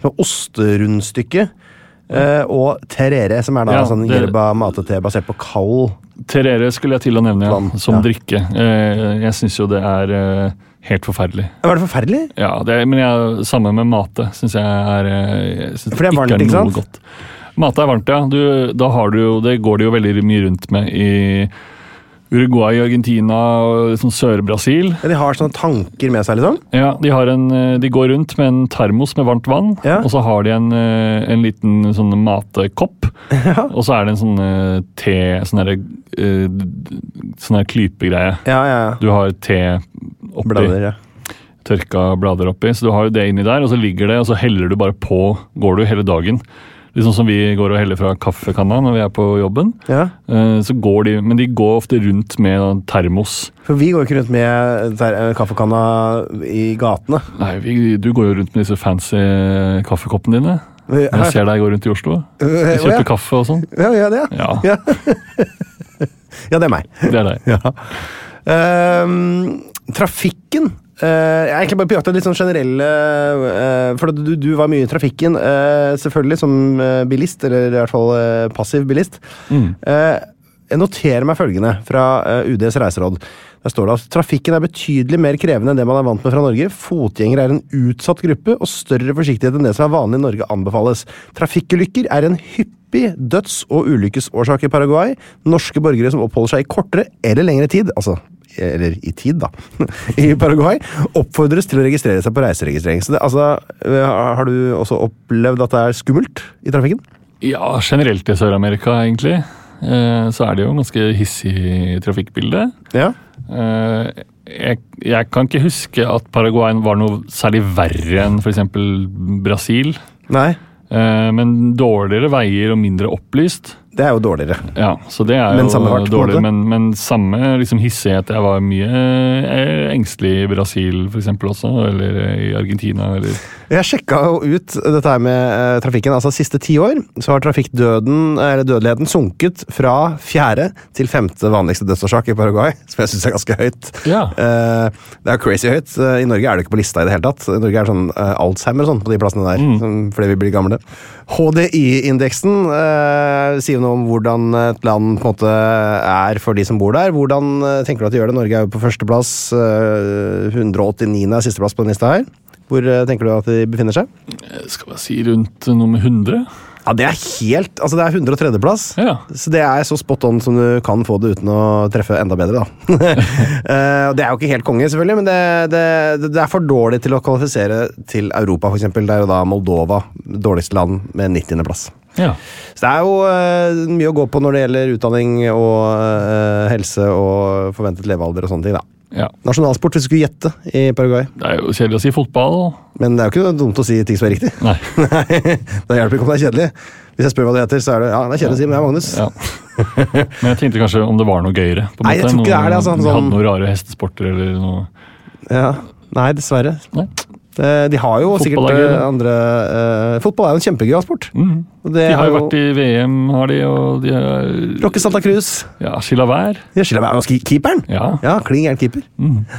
Speaker 4: Som er osterundstykke. eh, og terere, som er da
Speaker 5: Ja,
Speaker 4: sånn
Speaker 5: det-
Speaker 4: yerba mate-te basert på kald
Speaker 5: Terere skulle jeg til å nevne ja,
Speaker 4: Vann,
Speaker 5: som
Speaker 4: ja.
Speaker 5: drikke. Eh, Jeg syns jo det er eh, helt forferdelig.
Speaker 4: Var det forferdelig?
Speaker 5: Ja, det, er- men jeg, sammen med mate syns jeg er eh, jeg synes
Speaker 4: For det er varmt,
Speaker 5: ikke
Speaker 4: ikke
Speaker 5: noe
Speaker 4: sant?
Speaker 5: Godt. Mate er varmt, ja. Du, da har du jo, det går det jo veldig mye rundt med i Uruguay, Argentina og sånn Sør-Brasil.
Speaker 4: Ja, de har sånne tanker med seg, liksom?
Speaker 5: Ja, de, har en, eh, de går rundt med en termos med varmt vann,
Speaker 4: Ja.
Speaker 5: og så har de en, eh, en liten sånn
Speaker 4: [laughs]
Speaker 5: matekopp. Og så er det en sånn eh, te Sånn her, eh, d- sånn her klypegreie.
Speaker 4: Ja, ja, ja.
Speaker 5: Du har te oppi,
Speaker 4: Blader, ja.
Speaker 5: tørka blader oppi, så du har jo det inni der, og så ligger det, og så heller du bare på, går du hele dagen. Litt sånn som vi går og heller fra kaffekanna når vi er på jobben.
Speaker 4: ja.
Speaker 5: Eh, Så går de, men de går ofte rundt med en termos.
Speaker 4: For vi går jo ikke rundt med ter- eh, kaffekanna i gatene.
Speaker 5: Nei, vi, du går jo rundt med disse fancy eh, kaffekoppene dine. Jeg ser deg gå rundt i Oslo.
Speaker 4: Eh,
Speaker 5: Jeg
Speaker 4: å, [laughs] ja.
Speaker 5: kjøper kaffe og sånn.
Speaker 4: Ja, ja, det, ja.
Speaker 5: Ja,
Speaker 4: Ja. ja, det er meg.
Speaker 5: det er deg.
Speaker 4: [laughs] Ja. Ehm, trafikken Eh, Jeg er egentlig bare på jakt etter litt sånn generelle eh, For du, du var mye i trafikken, eh, selvfølgelig, som eh, bilist, eller i hvert fall eh, passiv bilist. Eh, jeg noterer meg følgende fra eh, UDs reiseråd. Der står det at trafikken er betydelig mer krevende enn det man er vant med fra Norge. Fotgjengere er en utsatt gruppe, og større forsiktighet enn det som er vanlig i Norge anbefales. Trafikkulykker er en hyppig døds- og ulykkesårsak i Paraguay. Norske borgere som oppholder seg i kortere eller lengre tid, altså eller i tid, da, [laughs] i Paraguay, oppfordres til å registrere seg på reiseregistrering. Så det, altså, eh, Har du også opplevd at det er skummelt i trafikken?
Speaker 5: Ja, generelt i Sør-Amerika, egentlig, eh, så er det jo ganske hissig trafikkbilde.
Speaker 4: Ja.
Speaker 5: Eh, Jeg, jeg kan ikke huske at Paraguay var noe særlig verre enn f.eks. Brasil.
Speaker 4: Nei,
Speaker 5: Eh, Men dårligere veier og mindre opplyst.
Speaker 4: det er jo dårligere.
Speaker 5: Ja, så det er
Speaker 4: Men
Speaker 5: jo
Speaker 4: samme fart, på en måte.
Speaker 5: dårlig, men, men samme liksom, hissighet. Jeg var mye eh, engstelig i Brasil for eksempel også, eller i Argentina. Eller.
Speaker 4: Jeg sjekka jo ut dette her med eh, trafikken. altså Siste ti år så har trafikkdøden, eller dødeligheten sunket fra fjerde til femte vanligste dødsårsak i Paraguay, [laughs] som jeg syns er ganske høyt.
Speaker 5: Ja.
Speaker 4: Eh, det er crazy høyt. Eh, I Norge er det ikke på lista i det hele tatt. I Norge er det sånn eh, Alzheimer og sånn på de plassene der, som- fordi vi blir gamle. HDI-indeksen eh, sier jo noe om hvordan et land på en måte er for de som bor der. Hvordan eh, tenker du at de gjør det? Norge er jo på førsteplass. eh, 189. er sisteplass på den lista her. Hvor eh, tenker du at de befinner seg?
Speaker 5: Eh, Skal jeg si rundt nummer 100?
Speaker 4: Ja, det er helt Altså, det er 103.-plass.
Speaker 5: Ja.
Speaker 4: Så det er så spot on som du kan få det uten å treffe enda bedre, da. [laughs] Eh, og det er jo ikke helt konge, selvfølgelig, men det, det, det er for dårlig til å kvalifisere til Europa, f.eks. Det er jo da Moldova, dårligste land, med 90.-plass.
Speaker 5: ja.
Speaker 4: Så det er jo eh, mye å gå på når det gjelder utdanning og eh, helse og forventet levealder og sånne ting, da.
Speaker 5: ja.
Speaker 4: Nasjonalsport, hvis du skulle gjette, i Paraguay.
Speaker 5: Det er jo kjedelig å si fotball.
Speaker 4: Men det er jo ikke noe dumt å si ting som er riktig. [laughs]
Speaker 5: Nei.
Speaker 4: [laughs] Nei, det hjelper ikke om det er kjedelig. Hvis jeg spør hva det heter, så er det ja, det er kjedelig å si, men jeg er Magnus.
Speaker 5: Ja. Men jeg tenkte kanskje om det var noe gøyere. på en
Speaker 4: Nei, jeg
Speaker 5: måte.
Speaker 4: tror ikke det er det, altså,
Speaker 5: de
Speaker 4: sånn-
Speaker 5: Hadde noen rare hestesporter eller noe.
Speaker 4: Ja. Nei, dessverre.
Speaker 5: Nei.
Speaker 4: Det- De har jo
Speaker 5: Fotball
Speaker 4: sikkert
Speaker 5: er gøy,
Speaker 4: eh,
Speaker 5: da.
Speaker 4: andre eh, Fotball er jo en kjempegøy sport.
Speaker 5: Mhm.
Speaker 4: Og Det
Speaker 5: De har
Speaker 4: har
Speaker 5: jo
Speaker 4: jo
Speaker 5: vært i VM, har de, og de er
Speaker 4: Rocky Santa Cruz.
Speaker 5: ja, Skilla vær.
Speaker 4: Jeg skiller meg ganske keeperen.
Speaker 5: Ja. Mhm.
Speaker 4: Ja, klin gæren keeper.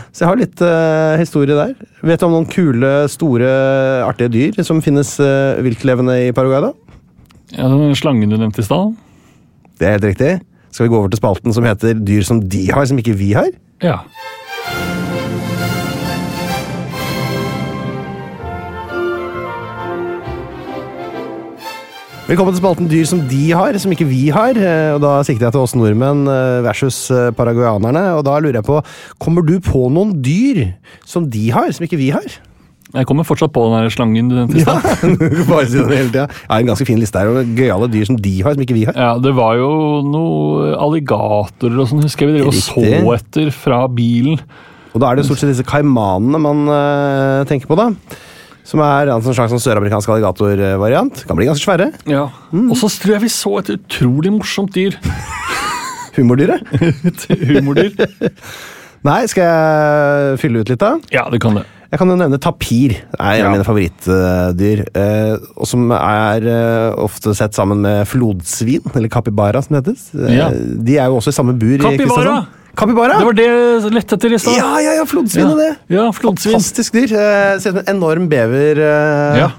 Speaker 4: Så jeg har litt eh, historie der. Vet du om noen kule, store, artige dyr som finnes eh, viltlevende i Paraguay? da?
Speaker 5: ja, den Slangen du nevnte i stad.
Speaker 4: Det er helt riktig. Skal vi gå over til spalten som heter Dyr som de har, som ikke vi har?
Speaker 5: Ja.
Speaker 4: Velkommen til spalten Dyr som de har, som ikke vi har. Eh, Og da sikter jeg til oss nordmenn eh, versus eh, paraguayanerne. Og da lurer jeg på, kommer du på noen dyr som de har, som ikke vi har?
Speaker 5: Jeg kommer fortsatt på den der slangen du nevnte i
Speaker 4: Ja,
Speaker 5: stad.
Speaker 4: [laughs] bare si det hele [laughs] tiden. Jeg har en ganske fin liste her over gøyale dyr som de har, som ikke vi har.
Speaker 5: Ja, det var jo noe alligatorer og sånn, husker jeg vi drev og så
Speaker 4: Riktig.
Speaker 5: etter fra bilen.
Speaker 4: Og da er det jo stort sett disse kaimanene man eh, tenker på, da. Som er altså en slags sånn søramerikansk alligatorvariant. Kan bli ganske svære.
Speaker 5: Ja. Og så tror jeg vi så et utrolig morsomt dyr.
Speaker 4: [laughs] Humordyret.
Speaker 5: Et humordyr.
Speaker 4: Nei, skal jeg fylle ut litt, da?
Speaker 5: Ja, det kan det.
Speaker 4: Jeg kan jo nevne tapir. Det er en
Speaker 5: Ja.
Speaker 4: av mine favorittdyr. eh, Og som er eh, ofte sett sammen med flodsvin, eller capybara som det heter. Eh,
Speaker 5: Ja.
Speaker 4: De er jo også i samme bur. i
Speaker 5: Capybara!
Speaker 4: Kristiansand. Capybara!
Speaker 5: Det var det jeg lette etter i stad.
Speaker 4: Ja, ja, ja, flodsvin og det.
Speaker 5: Ja, flodsvin.
Speaker 4: Fantastisk dyr. Eh, Ser ut som en enorm bever, eh,
Speaker 5: Ja.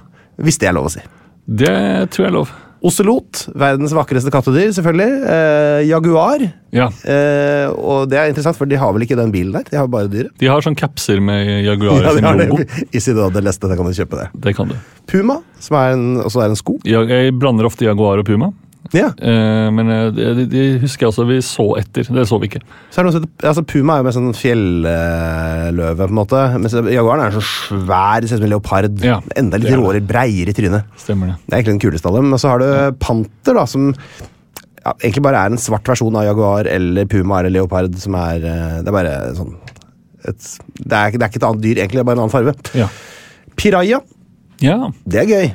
Speaker 4: hvis det er lov å si.
Speaker 5: Det tror jeg er lov.
Speaker 4: Ocelot, verdens vakreste kattedyr, selvfølgelig. Eh, jaguar.
Speaker 5: Ja.
Speaker 4: Eh, og det er interessant, for de har vel ikke den bilen der? De har bare dyret.
Speaker 5: De har sånn capser med Jaguar
Speaker 4: Ja, de
Speaker 5: sin
Speaker 4: har det.
Speaker 5: logo.
Speaker 4: Hvis du hadde lest det, kan du kjøpe det.
Speaker 5: Det kan du.
Speaker 4: Puma, som er en, også er en sko.
Speaker 5: Jag- Jeg blander ofte Jaguar og Puma.
Speaker 4: Ja.
Speaker 5: Eh, men eh, de, de husker jeg også vi så etter. Det så vi ikke.
Speaker 4: Så er det noe som heter, altså Puma er jo mer sånn fjelløve, på en måte. Mens jaguaren er en sånn svær, ser ut som en leopard.
Speaker 5: Ja,
Speaker 4: Enda litt
Speaker 5: det er det.
Speaker 4: råere, breiere i trynet.
Speaker 5: Stemmer det.
Speaker 4: Det er egentlig den kuleste av dem. Og så har du panter, da, som ja, egentlig bare er en svart versjon av jaguar eller puma eller leopard, som er eh, Det er bare sånn et, det, er, ikke- det er ikke et annet dyr, egentlig, det er bare en annen farge.
Speaker 5: Ja.
Speaker 4: Piraya,
Speaker 5: ja.
Speaker 4: det er gøy.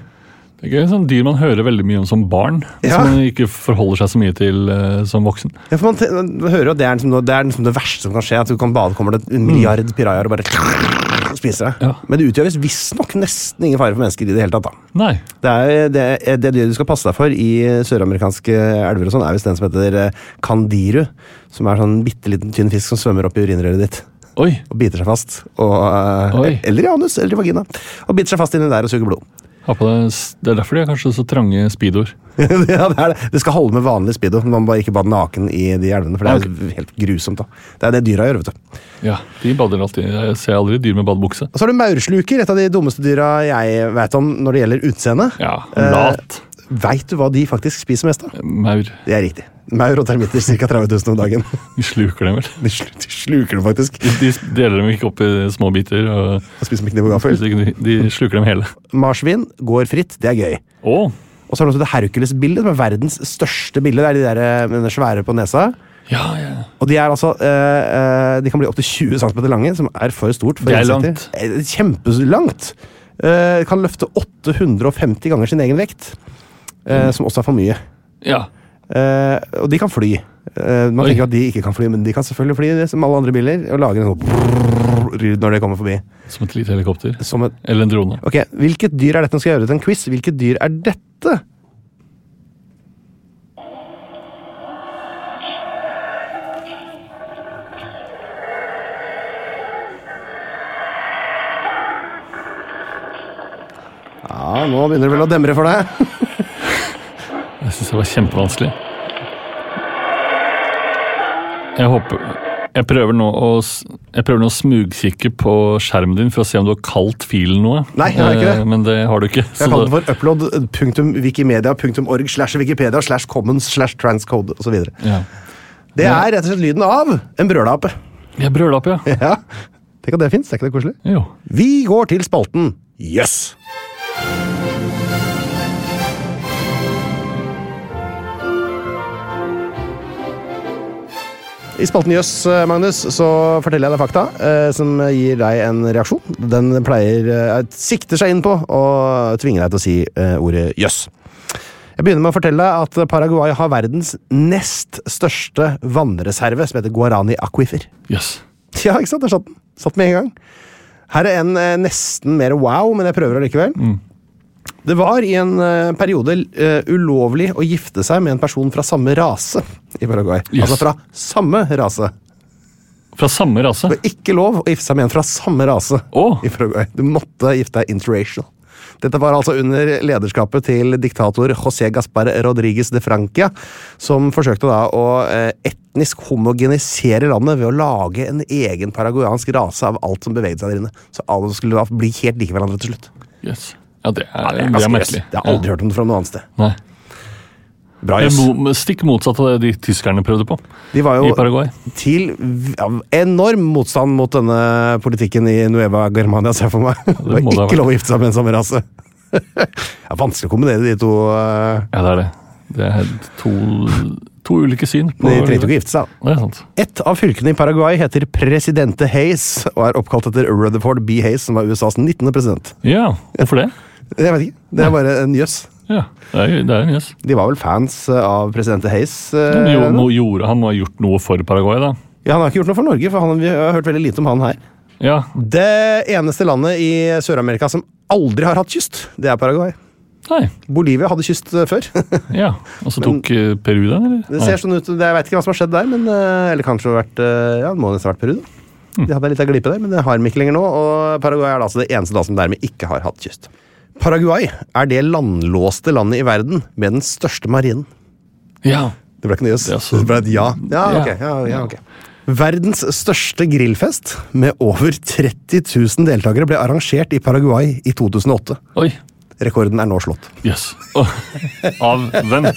Speaker 5: Det er gøy, sånn dyr man hører veldig mye om som barn,
Speaker 4: Ja.
Speaker 5: som man ikke forholder seg så mye til eh, som voksen.
Speaker 4: Ja, for man, te- man hører jo at det er, liksom, noe- det er liksom det verste som kan skje. At du kan bade, kommer det en milliard pirajaer og bare spiser deg.
Speaker 5: Mm. Ja.
Speaker 4: Men det utgjør visst- visstnok nesten ingen fare for mennesker i det hele tatt. da.
Speaker 5: Nei.
Speaker 4: Det er det, er- det dyret du skal passe deg for i eh, søramerikanske elver, og sånn, er visst den som heter eh, kandiru. Som er sånn bitte liten tynn fisk som svømmer opp i urinrøret ditt.
Speaker 5: Oi.
Speaker 4: Og biter seg fast. Og, eh,
Speaker 5: Oi.
Speaker 4: eller i anus, eller i vagina. Og biter seg fast inni der og suger blod. [laughs]
Speaker 5: Ha på deg, s- det er derfor de er kanskje så trange speedoer.
Speaker 4: ja, det, er det. det skal holde med vanlig speedo, men man må bare ikke bade naken i de elvene. For det er jo helt grusomt. da. Det er det dyra gjør. vet du.
Speaker 5: Ja, De bader alltid. Jeg ser aldri dyr med badebukse.
Speaker 4: Og så har du maursluker, et av de dummeste dyra jeg vet om når det gjelder utseende.
Speaker 5: Ja, Lat.
Speaker 4: Veit du hva de faktisk spiser mest av?
Speaker 5: Maur.
Speaker 4: Det er riktig. Maur og termitter ca. 30 000 om dagen. [laughs]
Speaker 5: De sluker dem vel.
Speaker 4: De slu- de sluker det faktisk.
Speaker 5: De, de deler dem ikke opp i små biter. og
Speaker 4: Og spiser med kniv og gaffel.
Speaker 5: de, de sluker dem hele.
Speaker 4: Marsvin går fritt, det er gøy.
Speaker 5: Å!
Speaker 4: Og så har du også det Hercules-bildet, som er verdens største bilde. Det er de der eh, med den svære på nesa.
Speaker 5: Ja, ja.
Speaker 4: Og de er altså eh, eh, De kan bli opptil 20 cm lange, som er for stort. For
Speaker 5: Det er
Speaker 4: insekter.
Speaker 5: langt.
Speaker 4: Eh, Kjempelangt. Eh, kan løfte 850 ganger sin egen vekt, eh, som også er for mye.
Speaker 5: ja.
Speaker 4: Eh, og de kan fly. Eh, man
Speaker 5: Oi.
Speaker 4: tenker at de ikke kan fly, men de kan selvfølgelig fly det, som alle andre biler. Og lage en sånn lyd når de kommer forbi.
Speaker 5: Som et lite helikopter.
Speaker 4: Som et
Speaker 5: Eller en drone.
Speaker 4: Ok, Hvilket dyr er dette? Nå skal jeg gjøre det til en quiz. Hvilket dyr er dette? Ja, nå begynner det vel å demre for deg.
Speaker 5: Jeg syns det var kjempevanskelig. Jeg håper Jeg prøver nå å, s- jeg prøver nå å smugkikke på skjermen din for å se om du har kalt filen noe.
Speaker 4: Nei, jeg har ikke det.
Speaker 5: Eh, Men det har du ikke. så
Speaker 4: Jeg kaller det
Speaker 5: da-
Speaker 4: for eh, upload.wikimedia.org slash wikipedia slash commons slash transcode osv.
Speaker 5: ja.
Speaker 4: Det er rett og slett lyden av en brølape.
Speaker 5: Jeg brøler opp, ja.
Speaker 4: [laughs] Ja. Tenk at det fins, er ikke det koselig?
Speaker 5: Jo.
Speaker 4: Vi går til spalten Jøss. Yes. I spalten Jøss, eh, Magnus, så forteller jeg deg fakta eh, som gir deg en reaksjon. Den pleier eh, sikter seg inn på å tvinge deg til å si eh, ordet jøss. Jeg begynner med å fortelle at Paraguay har verdens nest største vannreserve, som heter Guarani Aquifer.
Speaker 5: Jøss.
Speaker 4: [laughs] Ja, ikke sant? Der satt den. Satt med en gang. Her er en eh, nesten mer wow, men jeg prøver allikevel. Det var i en eh, periode eh, ulovlig å gifte seg med en person fra samme rase i Paraguay.
Speaker 5: Yes.
Speaker 4: Altså fra samme rase.
Speaker 5: Fra samme rase?
Speaker 4: Det var ikke lov å gifte seg med en fra samme rase
Speaker 5: Å.
Speaker 4: i Paraguay. Du måtte gifte deg interracial. Dette var altså under lederskapet til diktator José Gaspar Rodriguez de Francia, som forsøkte da å eh, etnisk homogenisere landet ved å lage en egen paraguayansk rase av alt som beveget seg der inne. Så alle skulle da bli helt like hverandre til slutt.
Speaker 5: Jøss. Ja, det er, det er,
Speaker 4: ganske
Speaker 5: merkelig.
Speaker 4: jøss. Det har jeg aldri hørt om det fra noe annet sted.
Speaker 5: Ja. Nei.
Speaker 4: Bra,
Speaker 5: Det er
Speaker 4: jøss.
Speaker 5: mo- Stikk motsatt av det de tyskerne prøvde på
Speaker 4: De var
Speaker 5: i
Speaker 4: jo
Speaker 5: Paraguay.
Speaker 4: til v- ja, enorm motstand mot denne politikken i Nueva Germania, ser jeg for meg. Det var
Speaker 5: må det ha vært.
Speaker 4: ikke lov å gifte seg med en samme [laughs] rase. Det er vanskelig å kombinere de to. eh,
Speaker 5: Ja, det er det. Det er to, to ulike syn. På,
Speaker 4: De trengte jo ikke gifte seg.
Speaker 5: Det er sant.
Speaker 4: Et av fylkene i Paraguay heter Presidente Hayes og er oppkalt etter Rutherford B. Hayes, som var USAs 19. president.
Speaker 5: Ja, hvorfor det?
Speaker 4: Jeg vet ikke. Det er bare en jøss.
Speaker 5: Ja, Det er, det er en yes.
Speaker 4: De var vel fans eh, av presidente Hayes.
Speaker 5: Men
Speaker 4: eh,
Speaker 5: jo, nå gjorde, han må ha gjort noe for Paraguay, da.
Speaker 4: Ja, han har ikke gjort noe for Norge, for han, vi har hørt veldig lite om han her.
Speaker 5: Ja,
Speaker 4: Det eneste landet i Sør-Amerika som aldri har hatt kyst, det er Paraguay.
Speaker 5: nei.
Speaker 4: Bolivia hadde kyst eh, før. [laughs]
Speaker 5: Ja, Og så tok eh, Peru den, eller?
Speaker 4: Det ser sånn ut, det- Jeg vet ikke hva som har skjedd der, men, eh, eller kanskje det har vært, eh, ja, det må nesten ha vært Peru.
Speaker 5: Mm.
Speaker 4: da. De hadde en liten glipe der, men det har de ikke lenger nå. Og Paraguay er da altså det eneste landet som dermed ikke har hatt kyst. Paraguay er det landlåste landet i verden med den største marinen.
Speaker 5: Nei. Ja.
Speaker 4: Det ble ikke noe jøss.
Speaker 5: Det er så-
Speaker 4: Det ble et ja. Ja,
Speaker 5: Ja.
Speaker 4: ok. Ja, ja, ok. Verdens største grillfest med over 30 000 deltakere ble arrangert i Paraguay i 2008.
Speaker 5: Oi.
Speaker 4: Rekorden er nå slått.
Speaker 5: Jøss. Åh, Av hvem?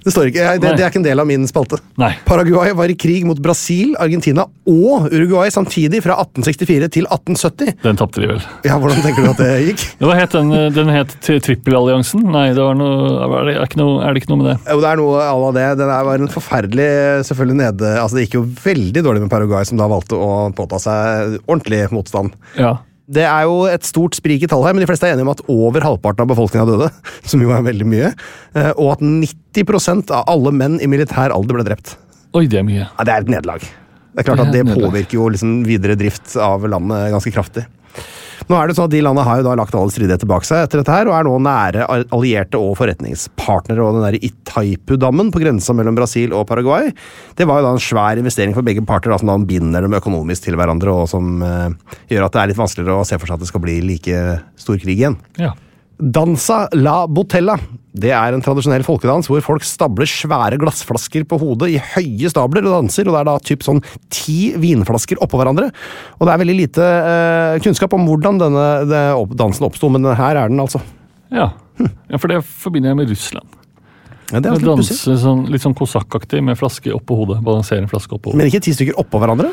Speaker 4: Det står ikke, jeg, det,
Speaker 5: Nei.
Speaker 4: det er ikke en del av min spalte.
Speaker 5: Nei.
Speaker 4: Paraguay var i krig mot Brasil, Argentina og Uruguay samtidig fra 1864 til 1870.
Speaker 5: Den tapte de vel.
Speaker 4: Ja, Hvordan tenker du at det gikk?
Speaker 5: Ja, Hva het den? eh, Den het Tri- Trippelalliansen? Nei, det var noe er det, er ikke noe er det ikke noe med det?
Speaker 4: [laughs] Jo, det er noe à la det. Det der var en forferdelig selvfølgelig nede... Altså, Det gikk jo veldig dårlig med Paraguay, som da valgte å påta seg ordentlig motstand.
Speaker 5: Ja.
Speaker 4: Det er jo et stort sprik i tall her, men de fleste er enige om at over halvparten av befolkninga døde. [laughs] Som jo er veldig mye. eh, Og at 90 av alle menn i militær alder ble drept.
Speaker 5: Oi, det er mye.
Speaker 4: Ja, det er et nederlag. Det er klart at
Speaker 5: Det er
Speaker 4: det
Speaker 5: et nederlag.
Speaker 4: påvirker jo liksom videre drift av landet ganske kraftig. Nå er det sånn at De landene har jo da lagt alle stridigheter bak seg etter dette her, og er nå nære all- allierte og forretningspartnere. og den der Itaipu-dammen på grensa mellom Brasil og Paraguay det var jo da en svær investering for begge parter, da, som da binder dem økonomisk til hverandre, og som eh, gjør at det er litt vanskeligere å se for seg at det skal bli like stor krig igjen.
Speaker 5: Ja.
Speaker 4: Dansa la botella. Det er en tradisjonell folkedans hvor folk stabler svære glassflasker på hodet i høye stabler og danser, og det er da typ sånn ti vinflasker oppå hverandre. Og det er veldig lite eh, kunnskap om hvordan denne det, opp, dansen oppsto, men her er den altså.
Speaker 5: Ja. ja, for det forbinder jeg med Russland.
Speaker 4: Ja, det er
Speaker 5: Jeg
Speaker 4: litt pussig.
Speaker 5: danser sånn, litt sånn kosakkaktig med flaske oppå hodet. Balansere en flaske oppå hodet.
Speaker 4: Men ikke ti stykker oppå hverandre?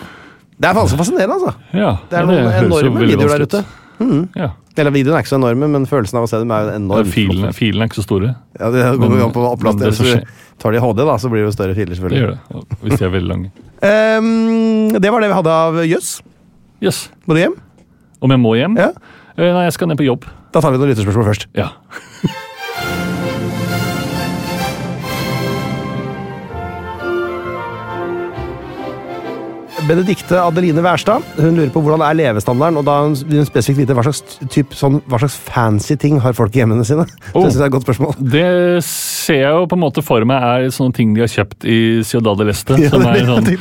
Speaker 4: Det er ganske fascinerende, altså.
Speaker 5: Ja,
Speaker 4: Det er
Speaker 5: ja,
Speaker 4: noen
Speaker 5: høres jo
Speaker 4: enorme
Speaker 5: veldig
Speaker 4: videoer der Mhm.
Speaker 5: vanskelig ut. Ja.
Speaker 4: Eller videoene er ikke så enorme, men følelsen av å se dem er jo
Speaker 5: Det
Speaker 4: enorm.
Speaker 5: er Filene, filene er ikke så store.
Speaker 4: Ja, det går jo an på opplast.
Speaker 5: Men det som
Speaker 4: Hvis
Speaker 5: skjer-
Speaker 4: du tar det i HD, da, så blir det jo større filer,
Speaker 5: Det
Speaker 4: selvfølgelig.
Speaker 5: gjør det, og hvis de er veldig lange.
Speaker 4: Ehm, det var det vi hadde av jøss.
Speaker 5: Jøss. Yes.
Speaker 4: Må du hjem?
Speaker 5: Om jeg må hjem?
Speaker 4: Ja.
Speaker 5: Eh, Nei, jeg skal ned på jobb.
Speaker 4: Da tar vi noen lytterspørsmål først.
Speaker 5: Ja.
Speaker 4: Benedikte Adeline Wærstad hun lurer på hvordan er levestandarden, og da vil hun spesifikt vite hva slags, typ, sånn, hva slags fancy ting har folk i hjemmene sine. [laughs]
Speaker 5: Oh.
Speaker 4: Det synes jeg er et godt spørmål.
Speaker 5: Det ser jeg jo på en måte for meg er sånne ting de har kjøpt i Ciudad del Este.
Speaker 4: Ja,
Speaker 5: som
Speaker 4: det
Speaker 5: er
Speaker 4: er
Speaker 5: sånn,
Speaker 4: det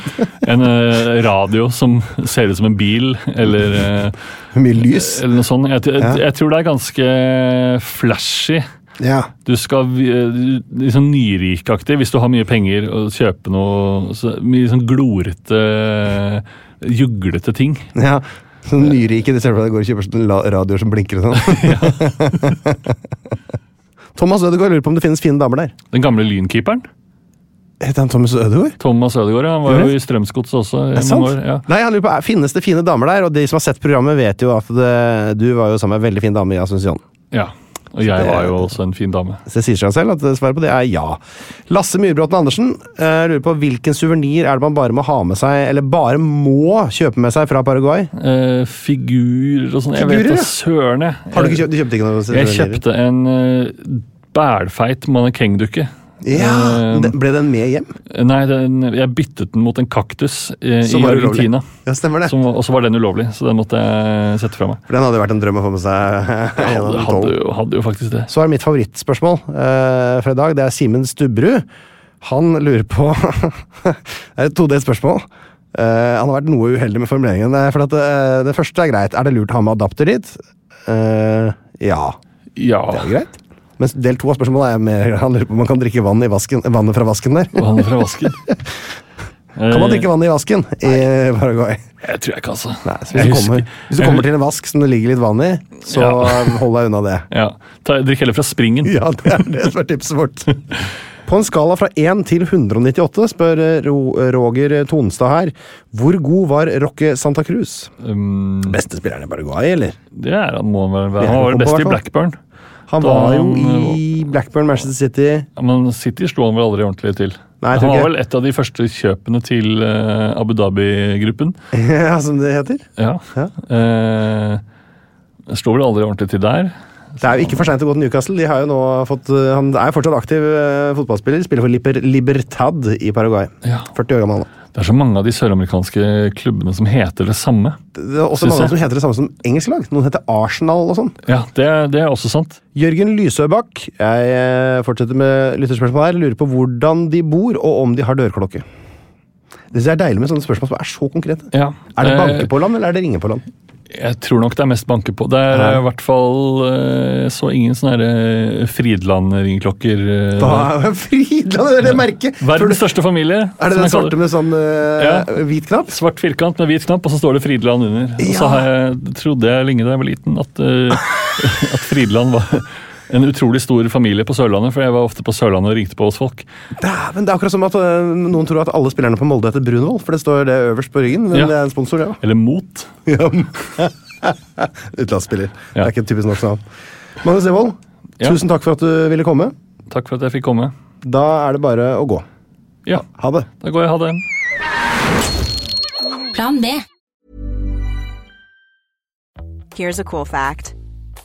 Speaker 5: en eh, radio som ser ut som en bil, eller, eh,
Speaker 4: Mye lys.
Speaker 5: eller noe sånt. Jeg, t-
Speaker 4: Ja.
Speaker 5: jeg, jeg tror det er ganske flashy.
Speaker 4: Ja.
Speaker 5: Du skal vi- eh, liksom nyrikaktig, hvis du har mye penger, og kjøpe noe så, Mye sånn glorete, juglete ting.
Speaker 4: ja. Sånn nyrike, de ser for seg går og kjøper sånne la- radioer som blinker og [laughs] sånn. Thomas Ødegaard lurer på om det finnes fine damer der.
Speaker 5: Den gamle lynkeeperen.
Speaker 4: Heter han Thomas Ødegaard?
Speaker 5: Thomas Ødegaard ja, han var
Speaker 4: Gjør
Speaker 5: jo
Speaker 4: det?
Speaker 5: i Strømsgodset også. i
Speaker 4: Er det
Speaker 5: mange
Speaker 4: sant?
Speaker 5: år, ja.
Speaker 4: Nei, han lurer på, er- Finnes det fine damer der? Og de som har sett programmet, vet jo at det, du var jo sammen med en veldig fin dame i Asunción.
Speaker 5: ja. Og jeg
Speaker 4: det-
Speaker 5: var jo også en fin dame.
Speaker 4: Så det sier seg selv at svaret på det er ja. Lasse Myrbråten Andersen eh, lurer på hvilken suvenir er det man bare må ha med seg, eller bare må kjøpe med seg fra Paraguay?
Speaker 5: Eh, figurer og sånn. Jeg
Speaker 4: Figurer,
Speaker 5: vet da
Speaker 4: ja.
Speaker 5: søren, jeg.
Speaker 4: Har du ikke kjøpt, du kjøpte ikke noe?
Speaker 5: Jeg
Speaker 4: suvenirer?
Speaker 5: kjøpte en eh, bælfeit mannekengdukke.
Speaker 4: Ja,
Speaker 5: Eh,
Speaker 4: de- Ble den med hjem?
Speaker 5: Nei, den, jeg byttet den mot en kaktus eh,
Speaker 4: Som
Speaker 5: i
Speaker 4: var ulovlig.
Speaker 5: Argentina.
Speaker 4: Ja, stemmer det.
Speaker 5: Som, var- og så var den ulovlig, så den måtte jeg sette fra meg.
Speaker 4: For den hadde jo vært en drøm å få med seg. en av
Speaker 5: Hadde,
Speaker 4: de
Speaker 5: hadde,
Speaker 4: tolv.
Speaker 5: jo, hadde jo faktisk det.
Speaker 4: Så er mitt favorittspørsmål eh, fra i dag. Det er Simen Stubberud. Han lurer på [laughs] Det er et todelt spørsmål. Eh, han har vært noe uheldig med formuleringen. eh, For at, eh, det første er greit. Er det lurt å ha med adapter dit? Eh, ja.
Speaker 5: Ja.
Speaker 4: Det er greit. Mens del to av spørsmålet er mer han lurer på om man kan drikke vann i vasken, vannet fra vasken der.
Speaker 5: Og han er fra vasken.
Speaker 4: [laughs] Kan man drikke vann i vasken i Paraguay?
Speaker 5: Jeg tror jeg ikke, altså.
Speaker 4: Nei, så hvis, du kommer, hvis du kommer til en vask som det ligger litt vann i, så
Speaker 5: Ja.
Speaker 4: hold deg unna det.
Speaker 5: Ja. Ta, drikk heller fra springen.
Speaker 4: [laughs] Ja, det er det som er tipset vårt. [laughs] På en skala fra 1 til 198 spør eh, Ro- Roger Tonstad her hvor god var Rocke Santa Cruz?
Speaker 5: Um,
Speaker 4: Beste spilleren i Paraguay, eller?
Speaker 5: det er han må han vel
Speaker 4: Det
Speaker 5: være.
Speaker 4: er
Speaker 5: Han var
Speaker 4: han sånn.
Speaker 5: vel best
Speaker 4: på,
Speaker 5: i
Speaker 4: hvertfall.
Speaker 5: Blackburn.
Speaker 4: Han
Speaker 5: Da
Speaker 4: var jo
Speaker 5: han, eh,
Speaker 4: i Blackburn, Manchester City. [laughs]
Speaker 5: Ja, Men City slo han vel aldri ordentlig til.
Speaker 4: Nei, jeg tror
Speaker 5: han var
Speaker 4: ikke.
Speaker 5: vel et av de første kjøpene til eh, Abu Dhabi-gruppen.
Speaker 4: Ja, som det heter.
Speaker 5: Ja.
Speaker 4: Ja.
Speaker 5: Eh, slo vel aldri ordentlig til der.
Speaker 4: Det er jo ikke for seint å gå til Newcastle. De har jo nå fått, eh, han er fortsatt aktiv eh, fotballspiller. Spiller for Liber Libertad i Paraguay.
Speaker 5: Ja.
Speaker 4: 40 år gammel nå.
Speaker 5: Det er så mange av de søramerikanske klubbene som heter det samme.
Speaker 4: Det er også
Speaker 5: Synes
Speaker 4: mange
Speaker 5: jeg.
Speaker 4: som heter det samme som engelske lag. Noen heter Arsenal og sånn.
Speaker 5: Ja, Det, det er også sant.
Speaker 4: Jørgen Lysøbakk, jeg eh, fortsetter med lytterspørsmål her. Lurer på hvordan de bor, og om de har dørklokke. Det synes jeg er deilig med sånne spørsmål som er så konkrete.
Speaker 5: Ja.
Speaker 4: Er det
Speaker 5: Eh,
Speaker 4: banke på land, eller er det ringe på land?
Speaker 5: Jeg tror nok det er mest banke på. Det er
Speaker 4: Ja.
Speaker 5: i hvert fall eh, så ingen sånne her, eh, Fridland-ringeklokker. eh,
Speaker 4: Hva Fridland, det er det merket! For
Speaker 5: Verdens
Speaker 4: du-
Speaker 5: største familie.
Speaker 4: Er det
Speaker 5: som
Speaker 4: den
Speaker 5: jeg kaller-
Speaker 4: svarte med sånn eh,
Speaker 5: Ja.
Speaker 4: hvit knapp?
Speaker 5: Svart firkant med hvit knapp, og så står det Fridland under. Og
Speaker 4: Ja.
Speaker 5: så har jeg, trodde jeg lenge da jeg var liten at, eh, [laughs] at Fridland var en utrolig stor familie på Sørlandet, for jeg var ofte på Sørlandet og ringte på hos folk.
Speaker 4: Dæven, det er akkurat som at eh, noen tror at alle spillerne på Molde heter Brunvoll, for det står det øverst på ryggen, men
Speaker 5: Ja.
Speaker 4: det er en sponsor, det òg.
Speaker 5: Eller Mot.
Speaker 4: Ja. [laughs] Utenlandsspiller. Det
Speaker 5: Ja.
Speaker 4: er ikke et typisk norsk navn. Magnus Devold,
Speaker 5: Ja.
Speaker 4: tusen takk for at du ville komme.
Speaker 5: Takk for at jeg fikk komme.
Speaker 4: Da er det bare å gå.
Speaker 5: Ja,
Speaker 4: Ha det.
Speaker 5: da går jeg. Ha det.
Speaker 6: Plan B.
Speaker 2: Here's a cool fact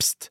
Speaker 4: Pst,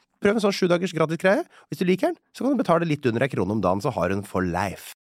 Speaker 4: Prøv en sånn sju dagers gratis greie. Hvis du liker den, så kan du betale litt under ei krone om dagen, så har hun for life.